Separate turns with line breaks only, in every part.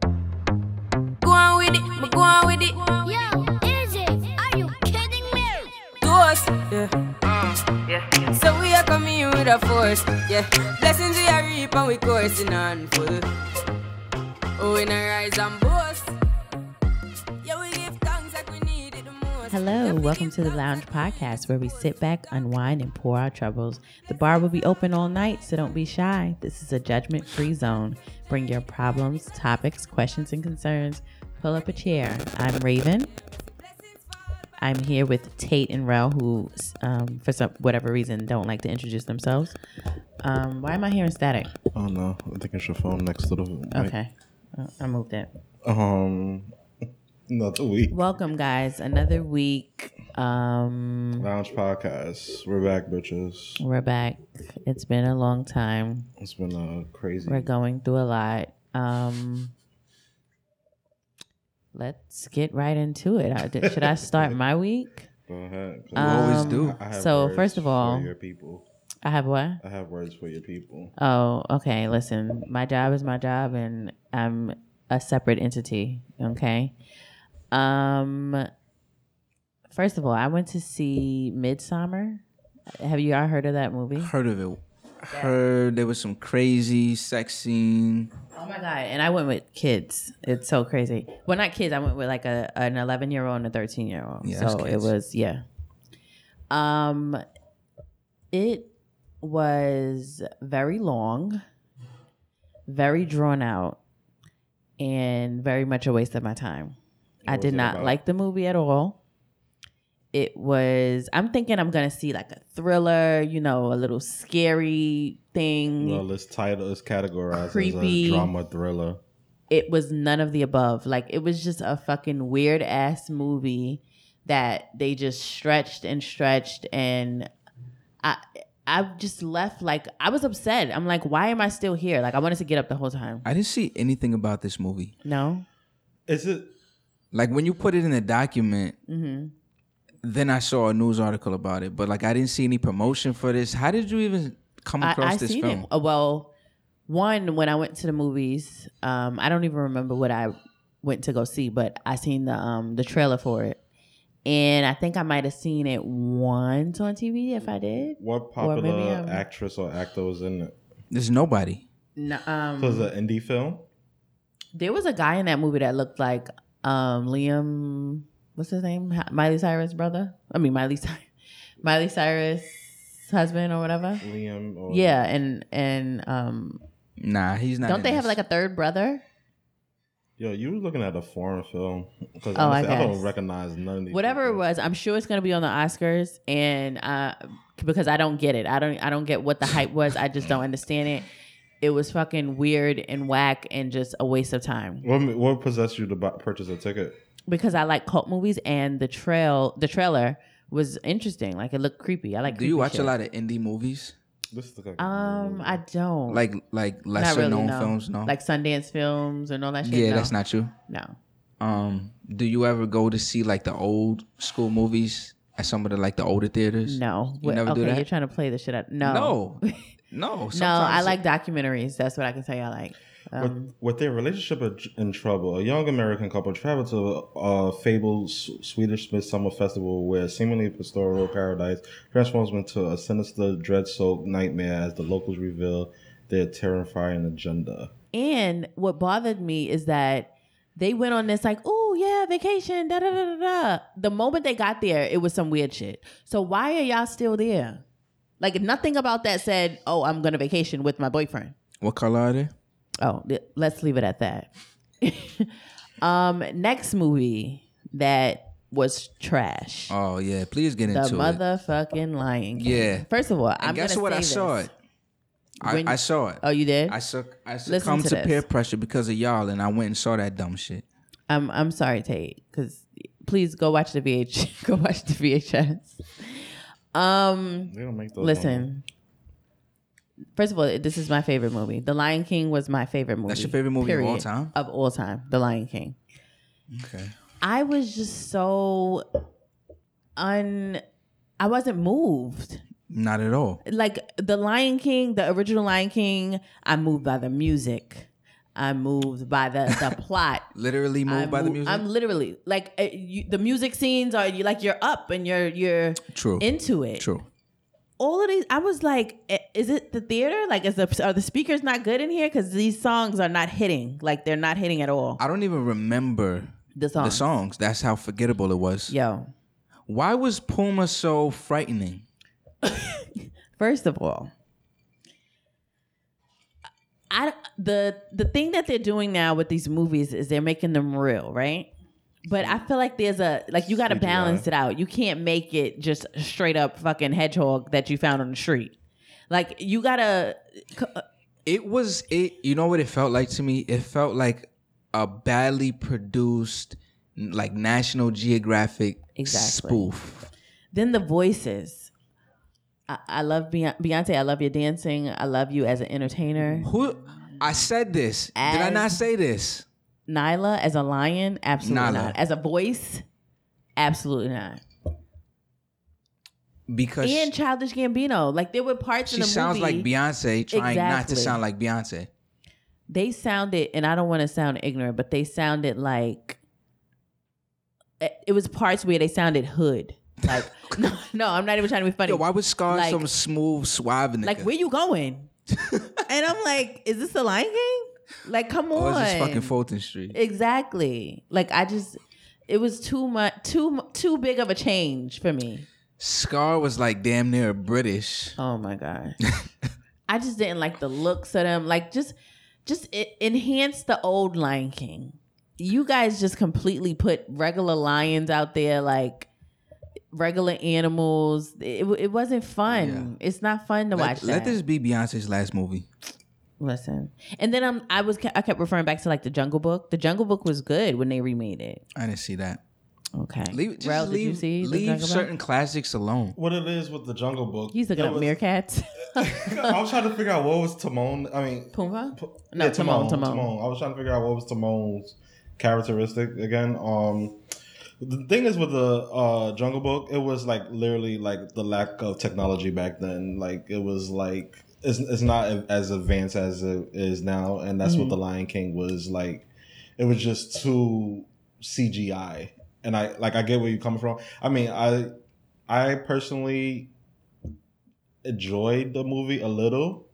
Go on with it, me go on with it.
Yo, Izzy, are you kidding me?
To us, yeah. So we are coming here with a force, yeah. Blessings we are reap and we coursing on full. Oh, in a rise and boast. Yeah, we give thanks like we need it the most. Yeah,
Hello,
we
welcome
give
to the
thanks
Lounge
like we need
Podcast
it
where
the
we
most.
sit back, unwind, and pour our troubles. The bar will be open all night, so don't be shy. This is a judgment free zone. Bring your problems, topics, questions, and concerns. Pull up a chair. I'm Raven. I'm here with Tate and Rel, who, um, for some whatever reason, don't like to introduce themselves. Um, why am I hearing static?
Oh no, I think it's your phone next to the mic.
Okay, Uh, I moved it.
Um, another week.
Welcome, guys. Another week. Um,
Lounge podcast. We're back, bitches.
We're back. It's been a long time.
It's been uh, crazy.
We're going through a lot. Um, let's get right into it. I- did- Should I start my week?
Go ahead. Um,
always do.
I have
so
words
first of
for
all-
your people.
I have what?
I have words for your people.
Oh, okay. Listen, my job is my job, and I'm a separate entity. Okay. Um. First of all, I went to see Midsummer. Have you all heard of that movie?
Heard of it. Heard there was some crazy sex scene.
Oh my god! And I went with kids. It's so crazy. Well, not kids. I went with like a an eleven year old and a thirteen year old.
Yeah, that's
so it
kids.
was yeah. Um, it was very long, very drawn out, and very much a waste of my time. I
was
did
it
not
about?
like the movie at all. It was. I'm thinking I'm gonna see like a thriller, you know, a little scary thing.
Well, it's title. It's
Mm.
categorized
Creepy.
as a drama thriller.
it was none of the above. Like it was just a fucking weird ass movie that they just stretched and stretched and I I just left like I was upset. I'm like, why am I still here? Like I wanted to get up the whole time.
I didn't see anything about this movie.
No?
Is it?
Like when you put it in the document,
Mm-hmm.
then I saw a news article about it. But like I didn't see any promotion for this. How did you even come
I,
across
I
this
seen
film?
it. Uh, Well, one when I went to the movies, um, I don't even remember what I went to go see, but I seen the um the trailer for it, and I think I might have seen it once on TV. If I did,
What
Or maybe,
popular
um,
actress or actor was in it?
There's nobody.
no,
It
um,
was an indie film.
There was a guy in that movie that looked like um Liam. What's his name? Hi- Miley Cyrus' brother. I mean Miley Cyrus, Miley Cyrus' husband or whatever.
Liam. Or
Yeah, and and um,
Nah, he's not.
don't
in
they have
this.
like a third brother?
Yo, you were looking at a foreign film because
Oh, I
honestly, I,
guess.
don't recognize none of these.
Whatever it
people.
was, I'm sure it's gonna be on the Oscars, and uh, because I don't get it, I don't I don't get what the hype was. I just don't understand it. It was fucking weird and whack and just a waste of time.
What what possessed you to buy, purchase a ticket?
because I like cult movies and the trail the trailer was interesting. Like it looked creepy. I like.
Do you
creepy
watch
shit.
a lot of indie movies?
This is like
Um, I don't
Like
Not
like lesser
really,
known
no.
films? No.
like Sundance films and all that shit.
yeah,
no.
that's not you.
no.
Um, do you ever go to see like the old school movies at some of the like the older theaters?
No.
You
What-
never
okay,
do that?
you're trying to play this shit out. No,
No. No.
no. I
sometimes-
like documentaries. That's what I can tell you. I like. Um,
with, with their relationship in- in trouble, a young American couple traveled to a fabled S- Swedish midsummer festival where a seemingly pastoral paradise transforms into a sinister, dread-soaked nightmare as the locals reveal their terrifying agenda.
and what bothered me is that. They went on this like, oh yeah, vacation, da da da da da. The moment they got there, it was some weird shit. So why are y'all still there? Like nothing about that said, oh, I'm gonna vacation with my boyfriend.
What color are they?
Oh, th- let's leave it at that. um, next movie that was trash.
Oh yeah, please get
the
into it.
motherfucking Lion King.
Yeah.
First of all, I'm
And guess
gonna
what?
say
I
this.
saw it. I,
When-
I saw it.
Oh, you did?
I
I,
suck. I
Listen
succumbed
to
to,
this.
peer pressure because of y'all, and I went and saw that dumb shit.
am I'm sorry, Tate, because please go watch the VH. go watch the VHS. Um,
They don't make those. anymore.
listen. First of all, this is my favorite movie. The Lion King was my favorite movie.
your favorite movie of all
period.
time?
Of all time, The Lion King.
Okay.
I was just so un I wasn't moved.
Not at all.
like the Lion King, the original Lion King, I'm moved by the music. I'm moved by the the plot.
Literally moved
I'm
by the
mov-
music.
I'm literally like uh, you, the music scenes are you like you're up and you're you're
True.
into it.
True.
All of these, I was like, i- is it the theater? Like, is the are the speakers not good in here? Because these songs are not hitting. Like, they're not hitting at all.
I don't even remember
The songs.
the songs. That's how forgettable it was.
Yo,
Why was Puma so frightening?
First of all, I the the thing that they're doing now with these movies is they're making them real, right? But I feel like there's a like you got to balance it out. You can't make it just straight up fucking hedgehog that you found on the street. Like you gotta,
It was it. You know what it felt like to me? It felt like a badly produced, n- like National Geographic
Exactly.
spoof.
then the voices. I, I love Beyonce, Beyonce. I love your dancing. I love you as an entertainer.
Who? I said this. Did I
As-
not say this?
Nyla as a lion, absolutely
Nyla.
not. As a voice, absolutely not.
Because
and Childish Gambino. Like there were parts in
she
the
sounds
movie
like Beyonce, trying not to
Exactly.
sound like Beyonce.
they sounded, and I don't want to sound ignorant, but they sounded like it it was parts where they sounded hood. Like no, no, I'm not even trying to be funny.
Yo, why was Scar
Like-
some smooth, suave nigga?
like where you going? and I'm like, is this the Lion King? Like come
or
on,
is this Oh, fucking Fulton Street?
exactly. Like I just, it was too much, too mu- too big of a change for me.
Scar was like damn near British.
Oh my god. I just didn't like the looks of them. Like just just e- enhance the old Lion King. You guys just completely put regular lions out there like regular animals. It, it wasn't fun. It's not fun to watch
Let, let
that.
this be Beyonce's last movie.
Listen. And then I'm, I was I kept referring back to like the Jungle Book. The Jungle Book was good when they remade it.
I didn't see that.
Okay.
Leave, just
Rel, did
leave,
you see the
leave
Jungle Book?
certain classics alone.
What it is with the Jungle Book?
He's looking
that
up
was-
meerkats.
I was trying to figure out what was Timon. I mean,
Pumbaa?
P-
No,
yeah,
Timon, Timon.
I was trying to figure out what was Timon's characteristic again. Um, the thing is with the uh, Jungle Book, it was like literally like the lack of technology back then. Like it was like it's, it's not as advanced as it is now, and that's what the Lion King was like. It was just too CGI, and I like I get where you're coming from. I mean, I I personally enjoyed the movie a little.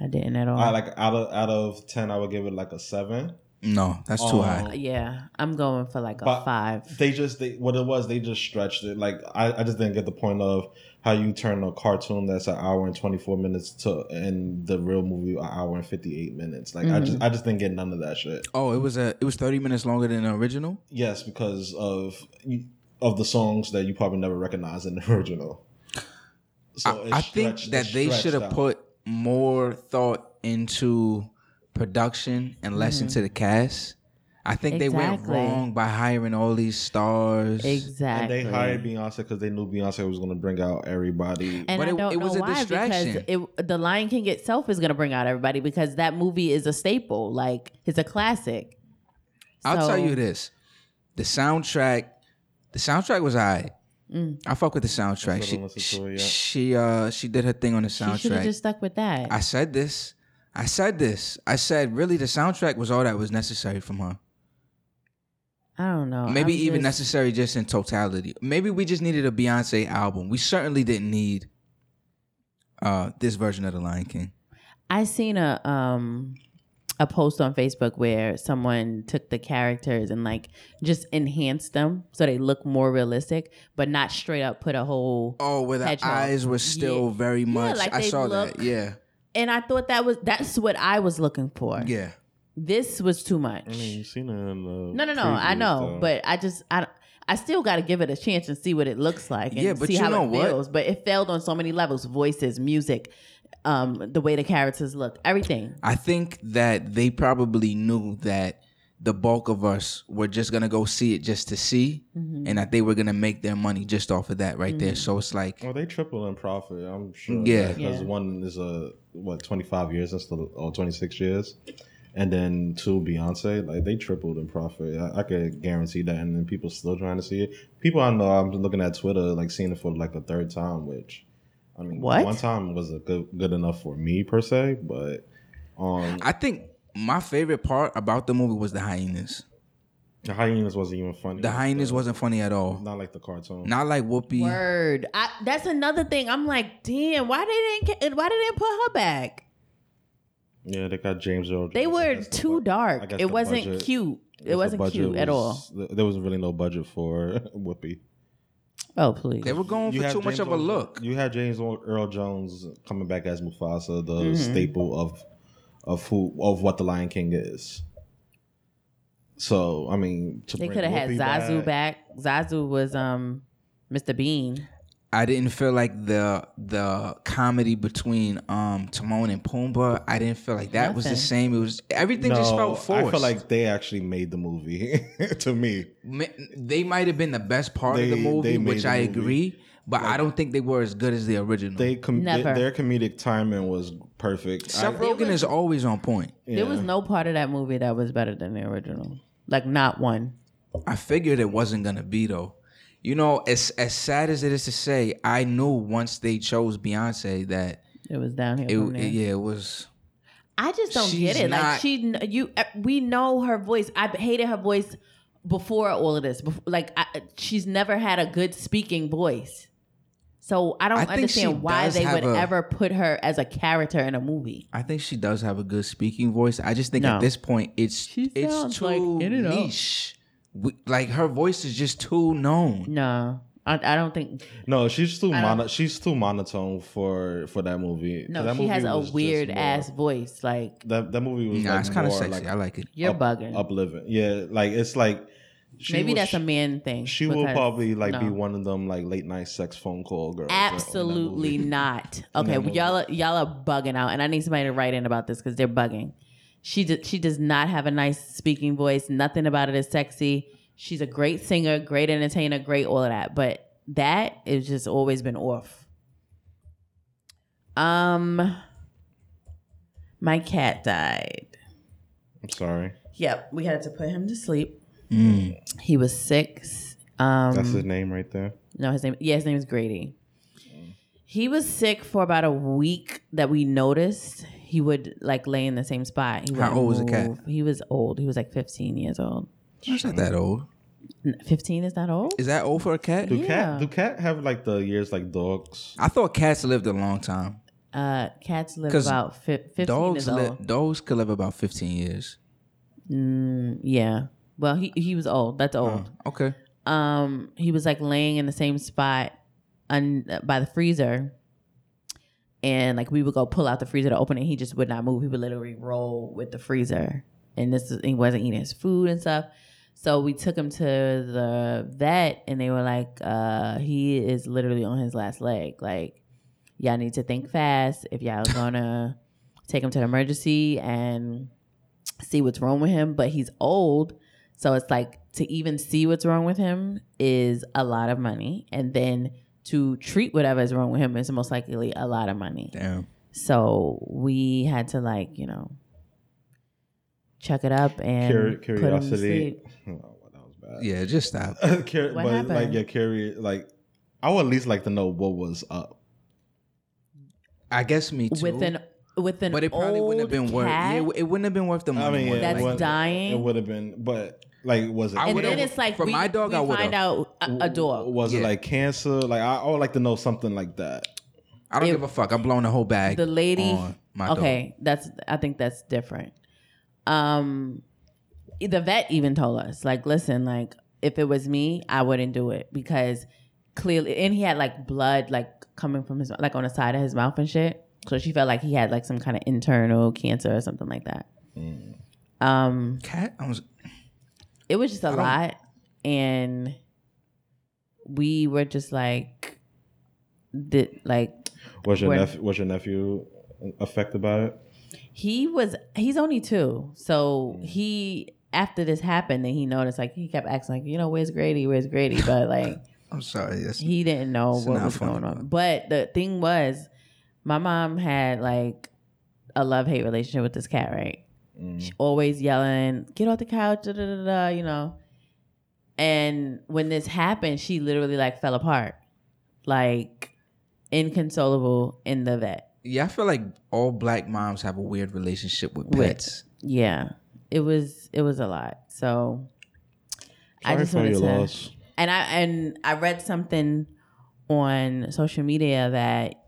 I didn't at all.
I like out of out of ten, I would give it like a seven.
No, that's too
Um,
Oh.
high.
yeah, I'm going for like a
But-
5.
They just they what it was, they just stretched it. Like I, I just didn't get the point of how you turn a cartoon that's an hour and twenty four minutes to and the real movie an hour and fifty eight minutes. Like I
Mm-hmm.
just I just didn't get none of that shit.
Oh, it was a it was thirty minutes longer than the original.
Yes, because of of the songs that you probably never recognize in the original. So it
I, I think
stretched- it
that they
stretched
should have
out.
put more thought into production and less into the cast. I think they went
Mm-hmm. Exactly.
wrong by hiring all these
And
stars.
Exactly.
they hired Beyonce because they knew Beyonce was going to bring out everybody.
And
But
I
it-
don't
it was
know
a
why
distraction.
because it, the Lion King itself is going to bring out everybody because that movie is a staple. Like it's a classic.
I'll tell
So-
you this: the soundtrack, the soundtrack was alright.
Mm.
I fuck with the soundtrack.
Still don't listen to
She she,
it yet.
she uh she did her thing on the
She should have
soundtrack.
just stuck with that.
I said this. I said this. I said really the soundtrack was all that was necessary from her.
I don't know.
Maybe
I'm
even
just-
necessary just in totality. Maybe we just needed a Beyonce album. We certainly didn't need uh this version of the Lion King.
I seen a um a post on Facebook where someone took the characters and like just enhanced them so they look more realistic, but not straight up put a whole.
Oh, where the
Hedgehog.
eyes were still
Yeah.
very much.
like
I
they
saw
look-
that. Yeah,
And I thought that was that's what I was looking for.
yeah.
This was too much.
I mean, you've seen it in the
No, no, no. I
previews,
know,
though.
but I just I don't- I still got to give it a chance and see what it looks like and
Yeah, but
see
you
how
know
it
what?
feels. But it failed on so many levels: voices, music, um, the way the characters look, everything.
I think that they probably knew that the bulk of us were just gonna go see it just to see,
Mm-hmm.
and that they were gonna make their money just off of that right
Mm-hmm.
there. So it's like,
Well, they triple in profit. I'm sure.
Yeah.
because
Yeah.
one is a what 25 years instead of or 26 years, and then two Beyonce. Like they tripled in profit. I, I could guarantee that. And then people still trying to see it. People I know, I'm looking at Twitter, like seeing it for like a third time, which I mean,
What?
one time was a good good enough for me per se, but um,
I think my favorite part about the movie was the hyenas.
the hyenas wasn't even funny.
The hyenas wasn't funny at all.
not like the cartoon.
Not like Whoopi.
Word. I, that's another thing. I'm like, damn. Why they didn't? ca- Why they didn't put her back?
Yeah, they got James Earl.
They
Jones. I
were
guess the
too
bu- I
dark.
guess
It
the
wasn't
budget-
cute.
I guess
It
the
wasn't
budget
cute at all.
was- th- There was really no budget for Whoopi.
Oh please.
They were going for
have
too much
James
of a
Earl-
look.
You had James Earl Jones coming back as Mufasa, the
Mhm.
staple of of who of what the Lion King is. So I mean, to
They
bring
could have had
Whoopi
Zazu back. Zazu was um Mr. Bean.
I didn't feel like the the comedy between um Timon and Pumbaa. I didn't feel like that was the
Nothing.
same. It was everything just felt forced.
I feel like they actually made the movie to me.
Ma- they might have been the best part of the
They-
movie,
they made
which
the
I
movie.
agree, but I don't think they were as good as the original.
They, com- they-
Never.
their comedic timing was perfect.
Seth
I,
Rogen is always on point.
Yeah.
There was no part of that movie that was better than the original. Like not one.
I figured it wasn't gonna be though. You know, as as sad as it is to say, I knew once they chose Beyonce that
It was downhill
it,
from there.
yeah it was.
I just don't
She's
get it.
not-
like she, kn- you, uh, we know her voice. I hated her voice before all of this. Before, like I, eh, she's never had a good speaking voice. So I don't
I think she
understand why
does
they
have
would
a-
ever put her as a character in a movie.
I think she does have a good speaking voice. I just think
No.
at this point it's
She
it's
sounds
too
like in and out.
niche. We, like her voice is just too known.
No, I, I don't think.
No, she's too
I don't-
mono- she's too monotone for for that movie.
No,
that
she has
movie
a
was just
weird
more-
ass voice. Like
That that movie was
Nah,
like
it's kind of
more
sexy.
like
I like it.
you're
up-
bugging.
upliving. Yeah, like it's like she
Maybe
was-
that's a man thing.
She will
because-
probably like be
no.
one of them like late night sex phone call girls. in that
Absolutely
movie.
not. Okay,
that
well,
movie.
y'all are, y'all are bugging out, and I need somebody to write in about this because they're bugging. She do, she does not have a nice speaking voice. Nothing about it is sexy. She's a great singer, great entertainer, great all of that, but that is just always been off. Um, my cat died.
I'm sorry,
Yep, we had to put him to sleep.
Mm.
He was six. Um,
that's his name right there.
no, his name. Yeah, his name is Grady.
Mm.
He was sick for about a week that we noticed. He would like lay in the same spot. He
How
wouldn't
old was the cat?
move. He was old. He was like 15 years old.
She's not that old.
N- 15 is not old?
Is that old for a cat?
Do
Yeah.
cat do cat have like the years like dogs?
I thought cats lived a long time.
Uh, cats live
'Cause
about fi- 15
Dogs
is
li-
old.
dogs could live about fifteen years.
Mm, yeah. Well, he, he was old. That's old.
Okay.
um he was like laying in the same spot un- by the freezer and like we would go pull out the freezer to open it he just would not move he would literally roll with the freezer and this is, he wasn't eating his food and stuff so we took him to the vet and they were like uh he is literally on his last leg like y'all need to think fast if y'all gonna take him to the emergency and see what's wrong with him but he's old so it's like to even see what's wrong with him is a lot of money. And then to treat whatever is wrong with him is most likely a lot of money.
Damn.
So we had to like, you know, check it up and
Curi-
put him to
curiosity.
sleep.
Oh, well, that was bad.
Yeah, just stop.
What
Cur- but like
happened?
yeah, curious. Like I would at least like to know what was up.
I guess me too.
With an with an
but it probably
old
wouldn't have been worth.
cat
Yeah, it- it wouldn't have been worth the money.
mean, yeah,
like
that's
that.
wouldn't-
dying.
It would have been, but like was it?
I
and
would've-
then it's like
for
we,
my dog,
we
I would've.
find out a, a dog.
Was it
Yeah.
like cancer? Like I, I would like to know something like that.
I don't
it-
give a fuck. I'm blowing the whole bag.
The lady
on my dog.
okay that's i think that's different um the vet even told us like listen like if it was me i wouldn't do it because clearly and he had like blood like coming from his like on the side of his mouth and shit so she felt like he had like some kind of internal cancer or something like that
Mm.
um
Cat. I was.
it was just a
don't-
lot and we were just like did like
Was your
Where-
nephew? Was your nephew affected by it?
he was he's only two so he after this happened then he noticed like he kept asking like you know where's grady where's grady but like
I'm sorry. That's,
he didn't know
It's
what
not
was
funny,
going on
man.
but the thing was my mom had like a love-hate relationship with this cat right
Mm.
she always yelling, "Get off the couch!" Da, da, da, da, you know. And when this happened, she literally like fell apart, like inconsolable in the vet.
Yeah, I feel like all black moms have a weird relationship with
With-
pets.
Yeah, it was it was a lot. So I just
Sorry
wanted
for
to,
your loss.
and I and I read something on social media that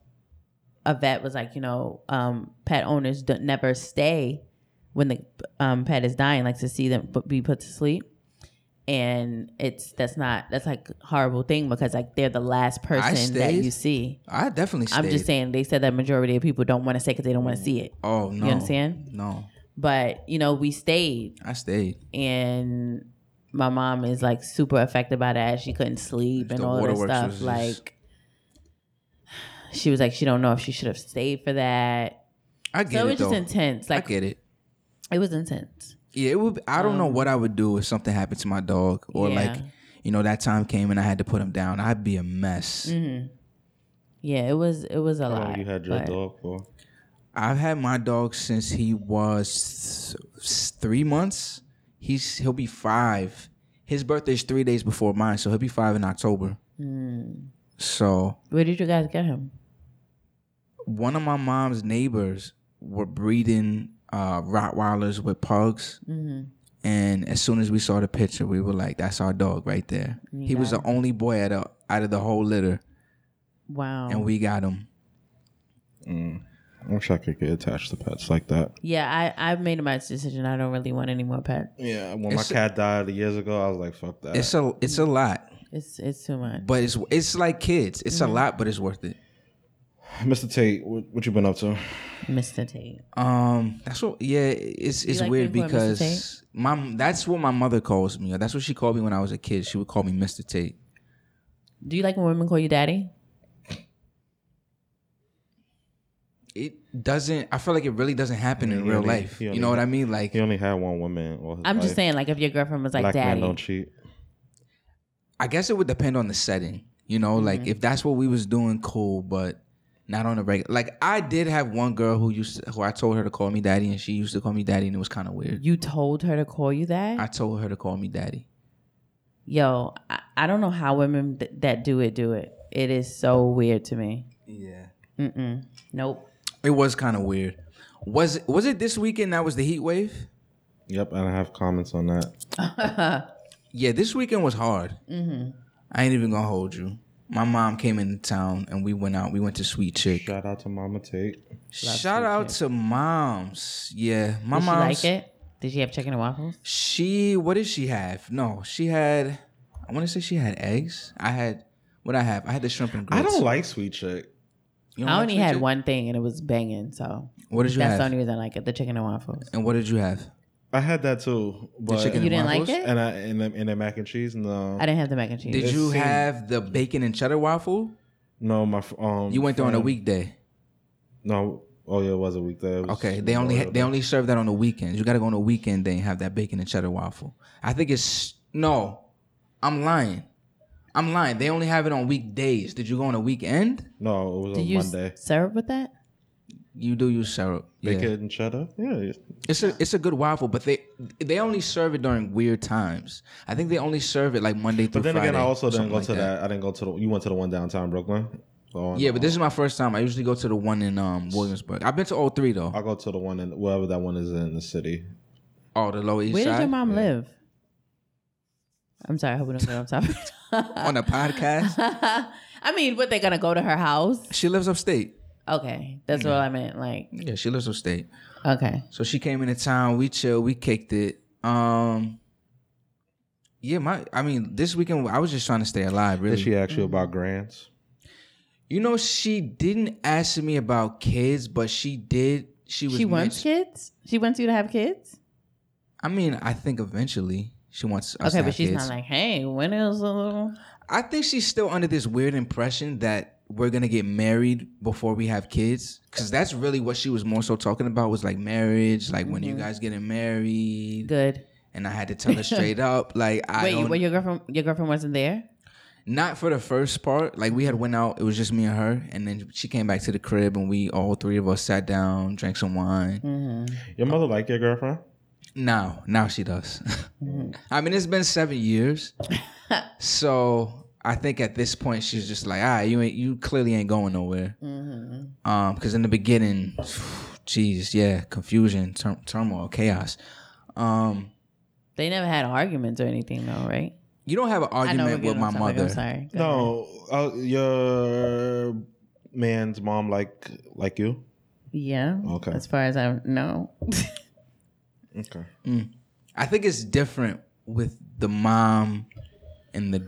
a vet was like, you know, um, pet owners don't never stay when the um, pet is dying, like to see them bu- be put to sleep. And it's that's not that's like a horrible thing because like they're the last person that
stayed.
you see.
I definitely stayed.
I'm just saying they said that majority of people don't want to stay because they don't want to see it.
Oh no.
You understand?
No,
But you know we stayed
I stayed.
and my mom is like super affected by that. She couldn't sleep and
The
all that
waterworks
stuff.
was just-
Like she was like, she don't know if she should have stayed for that.
I get
So it
it,
was
though.
just intense.
I
Like
get it.
it was intense.
Yeah, it would. Be, I don't know what I would do if something happened to my dog, or
um, Yeah.
like, you know, that time came and I had to put him down. I'd be a mess.
Mm. Mm-hmm. Yeah, it was it was a
How
lot.
long you had your
but-
dog for?
I've had my dog since he was th- three months. He's he'll be five. His birthday's three days before mine, so he'll be five in October. So
mm. Where did you guys get him?
one of my mom's neighbors were breeding uh, Rottweilers with pugs. And as soon as we saw the picture, we were like, "That's our dog right there." He was the only boy out of out of the whole litter,
Wow.
and we got him.
I wish I could get attached to pets like that.
yeah, I I made my decision. I don't really want any more pets.
Yeah, when
It's-
my cat died years ago, I was like, "Fuck that."
It's a it's a lot,
It's it's too much.
but it's it's like kids. It's a lot, but it's worth it.
Mr. Tate, what, what you been up to?
Mr. Tate.
Um, that's what. Yeah, it's it's
like
weird
being called Mr.
because my that's what my mother calls me. That's what she called me when I was a kid. She would call me Mister Tate.
Do you like when women call you daddy?
It doesn't. I feel like it really doesn't happen in
he
real
only-
life.
he
You
only-
know what I mean? Like
He only had one woman. All his
I'm just
life.
saying, like if your girlfriend was like
black
daddy.
men don't cheat.
I guess it would depend on the setting. You know,
Mm-hmm.
like if that's what we was doing, cool, but not on a regular. Like I did have one girl who used to, who I told her to call me daddy, and she used to call me daddy, and it was kind of weird.
you told her to call you that?
I told her to call me daddy.
yo I, I don't know how women th- that do it do it it is so weird to me
Yeah,
Mm-mm. nope
it was kind of weird. Was it, was it this weekend that was the heat wave?
Yep, and I have comments on that.
Yeah, this weekend was hard. Mm-hmm. I ain't even gonna hold you. My mom came into town and we went out. We went to Sweet Chick.
Shout out to Mama Tate.
Shout out to moms. Yeah, my
did she
mom.
like it did she have chicken and waffles
She what did she have? No, she had. I want to say she had eggs. I had what I have. I had the shrimp and
I
grits.
don't like Sweet Chick.
You don't
i
like
only
Sweet
had
Chick?
one thing and it was banging so
What did you
that's
have?
the only reason i like it the chicken and waffles
and what did you have?
I had that too, but
chicken
you didn't like
waffles?
it
and I and the, and the mac and cheese. No,
i didn't have the mac and cheese
Did you
seemed-
have the bacon and cheddar waffel?
no, my fr- um.
You went there on a
friend-
weekday.
No, oh yeah, it was a weekday. It was-
Okay, they only ha- they only serve that on the weekends. You got to go on the weekend. They ain't have that bacon and cheddar waffle. I think it's no. I'm lying. I'm lying. They only have it on weekdays. Did you go on a weekend?
No, it was
did
on
you s-
Monday.
syrup with that
You do use syrup. Yeah.
Bacon and cheddar. Yeah, yeah.
It's a it's a good waffle, but they they only serve it during weird times. I think they only serve it like Monday
but
through
then
Friday.
again, I also
or
didn't
something
go
like
to that. I didn't go to the. You went to the one downtown Brooklyn. Oh,
Yeah,
no.
but this is my first time. I usually go to the one in um Williamsburg. I've been to all three though.
I go to the one in wherever that one is in the city.
Oh, the Lower East
where did
Side
your mom live i'm sorry i hope we don't get on topic
on a podcast.
i mean what they gonna go to her house
she lives upstate.
okay that's what i meant like
Yeah, she lives upstate.
okay
So she came into town. We chilled. We kicked it. Um, yeah, my I mean, this weekend I was just trying to stay alive. Really,
Did she ask you about grants?
you know, she didn't ask me about kids, but she did. She was
she wants
mention-
kids she wants you to have kids
I mean, I think eventually she wants us
okay
to
but
have
she's
kids.
not like hey when is uh, a little
I think she's still under this weird impression that we're gonna get married before we have kids, because that's really what she was more so talking about was like marriage, like when you guys getting married.
Mm-hmm. good
And I had to tell her straight up, like I
Wait,
don't,
well, your girlfriend, your girlfriend wasn't there.
not for the first part. Like we had went out, it was just me and her, and then she came back to the crib, and we all three of us sat down, drank some wine.
Your mother like your girlfriend?
Mm.
Now, now she does. I mean, it's been seven years, so I think at this point she's just like, ah, you ain't, you clearly ain't going nowhere.
Mm-hmm.
Um, because in the beginning, jeez, yeah, confusion, tur- turmoil, chaos. Um,
They never had arguments or anything though, right?
you don't have an
we're
argument
getting
with my
off topic,
mother.
I'm sorry. Go ahead.
No, uh, your man's mom like like you.
Yeah.
Okay.
As far as I know.
Okay.
I think it's different with the mom and the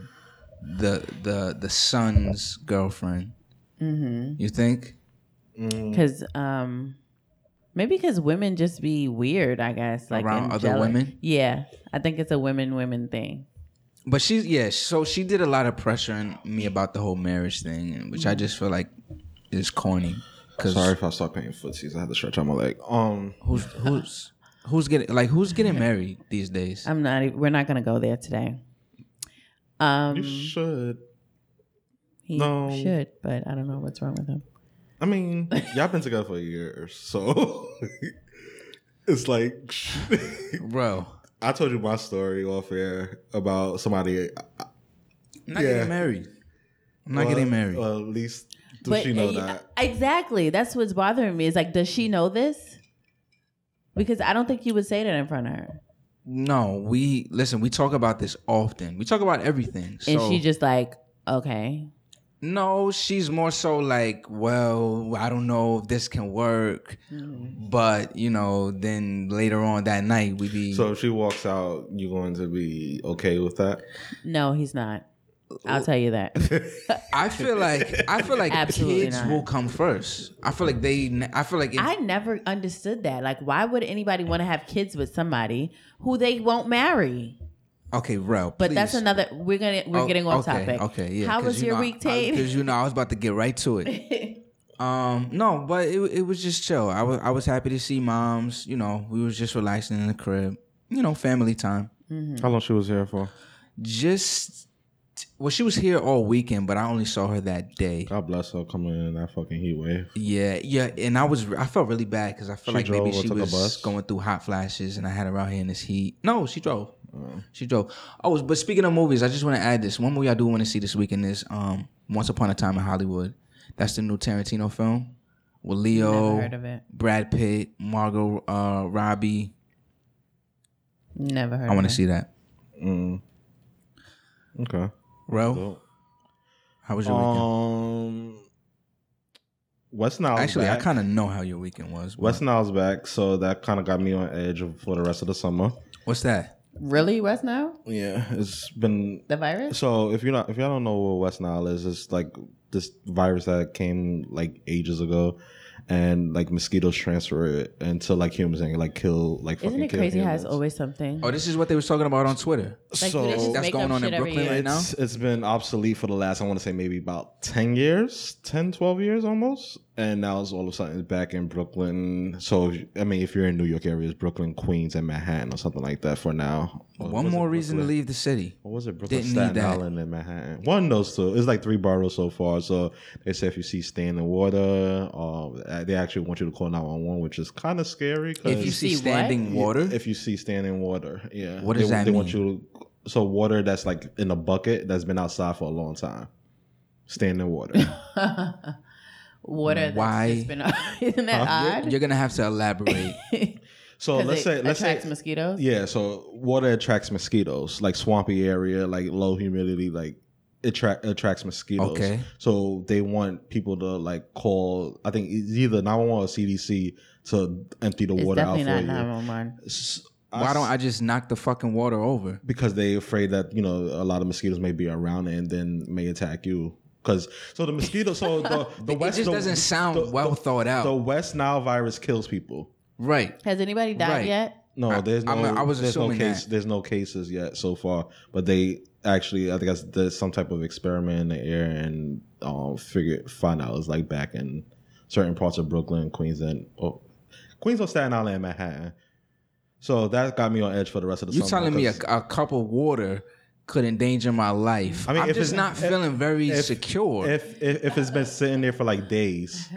the the the son's girlfriend. Mm-hmm. You think?
Mm.
Because um, maybe because women just be weird. I guess like
Around
and
other
jealous.
women?
Yeah, I think it's a women women thing.
But she's yeah, so she did a lot of pressure on me about the whole marriage thing, which I just feel like is corny. Cause
Sorry if I start playing footsies. I had to stretch out my leg. Um,
who's who's who's getting like who's getting married these days?
I'm not. e- We're not gonna go there today. Um,
you should.
he
no.
should, but I don't know what's wrong with him.
I mean, y'all been together for years, so it's like
Bro,
I told you my story off air about somebody.
I'm not
Yeah.
getting married. I'm not
uh,
getting married.
Well, at least does
but
she know
yeah,
that?
exactly. That's what's bothering me. Is like, does she know this? Because I don't think you would say that in front of her,
no, we listen. We talk about this often. We talk about everything. So
and she just like, okay,
No, she's more so like, well, I don't know if this can work, but you know, then later on that night we be
So if she walks out, you going to be okay with that?
no, he's not. I'll tell you that.
I feel like I feel like
Absolutely
kids
not.
will come first. I feel like they. ne- I feel like if,
I never understood that. Like, why would anybody want to have kids with somebody who they won't marry?
okay, Rel.
But that's
please.
another. We're gonna we're
Oh,
getting off
okay,
topic.
Okay, yeah.
How
'cause
was
you
your
know,
week, Tate?
Because you know, I was about to get right to it. um, no, but it, it was just chill. I was I was happy to see moms. You know, we was just relaxing in the crib. You know, family time.
How long she was here for?
just well she was here all weekend but i only saw her that day
God bless her coming in that fucking heat wave.
yeah yeah and i was i felt really bad because i felt
She
like
drove
maybe
or
she
took a
was
bus?
going through hot flashes and i had her out here in this heat no she drove
Mm.
she drove oh but speaking of movies i just want to add this one movie i do want to see this weekend is um once upon a time in hollywood that's the new tarantino film with leo
Never heard of it.
brad pitt margot uh robbie
Never heard.
i want
of
to see that
Mm. Okay.
Ro,
Dope.
how was your weekend
Um, West Nile's
actually i
back.
kind of know how your weekend was but-
West Nile's back, so that kind of got me on edge for the rest of the summer.
what's that
It. Really, West Nile?
Yeah, it's been
The virus?
So if you're not, if y'all don't know what West Nile is, it's like this virus that came like ages ago, and like mosquitoes transfer it into like humans and like kill like.
Isn't
fucking
it
kill
crazy how
humans.
it's always something?
Oh, this is what they was talking about on Twitter.
Like, do they just
That's
make
going
up
on
shit
in
every
Brooklyn
year?
right now.
It's, it's been obsolete for the last, I want to say, maybe about 10 years, 10, 12 years almost. And now it's all of a sudden back in Brooklyn. So, if- I mean, if you're in New York area, it's Brooklyn, Queens, and Manhattan or something like that for now. Or
One
was it
more reason to
Brooklyn?
leave the city.
Or was it Brooklyn,
Didn't need
Staten
that.
Island, and Manhattan? One of those two. It's like three boroughs so far. So they say if you see standing water, uh, they actually want you to call 911, which is kind of scary. 'cause-
If you see
see what?
standing water,
if you see standing water, yeah.
What
they,
does that
they want you to, so water that's like in a bucket that's been outside for a long time. Standing water.
Water
Why?
that's just been isn't that
you're gonna have to elaborate.
odd?
So let's say let's say
attracts mosquitoes.
yeah. So water attracts mosquitoes, like swampy area, like low humidity, like it tra- attracts mosquitoes.
Okay.
So they want people to like call. I think it's either 911 or CDC to empty the
It's
water out for
definitely not
you.
911.
S-
Why don't I just knock the fucking water over?
because they afraid that you know a lot of mosquitoes may be around and then may attack you. Because so the mosquito, so the, the
It
West
just
the-
doesn't sound
the-
well thought out.
The West Nile virus kills people.
right.
Has anybody died
Right.
yet?
No, there's no.
I'm- I was
there's no
assuming
case.
that.
There's no cases yet so far, but they actually, I think that's, there's some type of experiment in the air and um, figure find out it's like back in certain parts of Brooklyn, Queens, and oh, Queens or Staten Island, and Manhattan. So that got me on edge for the rest of the.
You
summer
telling me a,
'cause-
a cup of water could endanger my life? I
I mean,
am
if
just
it-
not
if-
feeling very
if-
secure.
if, if if it's been sitting there for like days?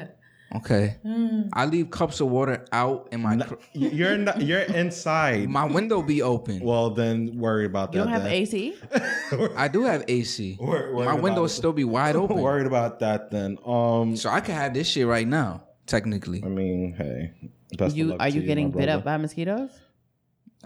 Okay.
Mm.
I leave cups of water out in my cr-
You're not, you're inside.
my window be open.
Well, then worry about that.
You don't have
then.
AC?
I do have AC.
Wor- worried
my
about
windows
it.
still be wide open.
worried about that then. Um,
So I could have this shit right now, technically.
I mean, hey, best of
You
luck
are
to
you
my
getting bit
brother.
up by mosquitoes?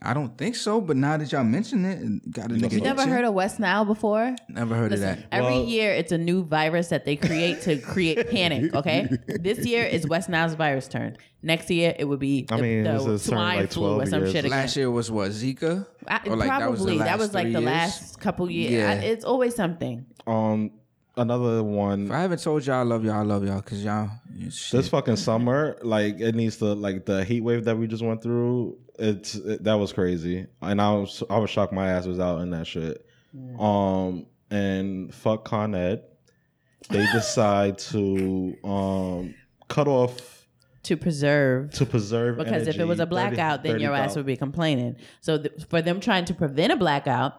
I don't think so, but now that y'all mention it, it got a nigga.
You never
itching.
heard of West Nile before?
Never heard of that.
Every
Well-
year, it's a new virus that they create to create panic. Okay, this year is West Nile's virus turn. Next year, it would be the,
I mean,
the
this is turning
swine
like
flu or
12
some
years.
shit. Again.
Last year was what Zika,
I,
Or, like, that was the
probably that
last
was like
three
the
years?
last couple years. I-
Yeah.
it's always something.
Um, another one.
If I haven't told y'all I love y'all, I love y'all, cause y'all. you Shit.
This fucking summer, like it needs to, like the heat wave that we just went through. It's it, that was crazy, and I was I was shocked my ass was out in that shit. Um, and fuck Con Ed, they decide to um cut off
To preserve
to preserve
Because if it was a
energy, 30
blackout, then your ass
30,000
would be complaining. So th- for them trying to prevent a blackout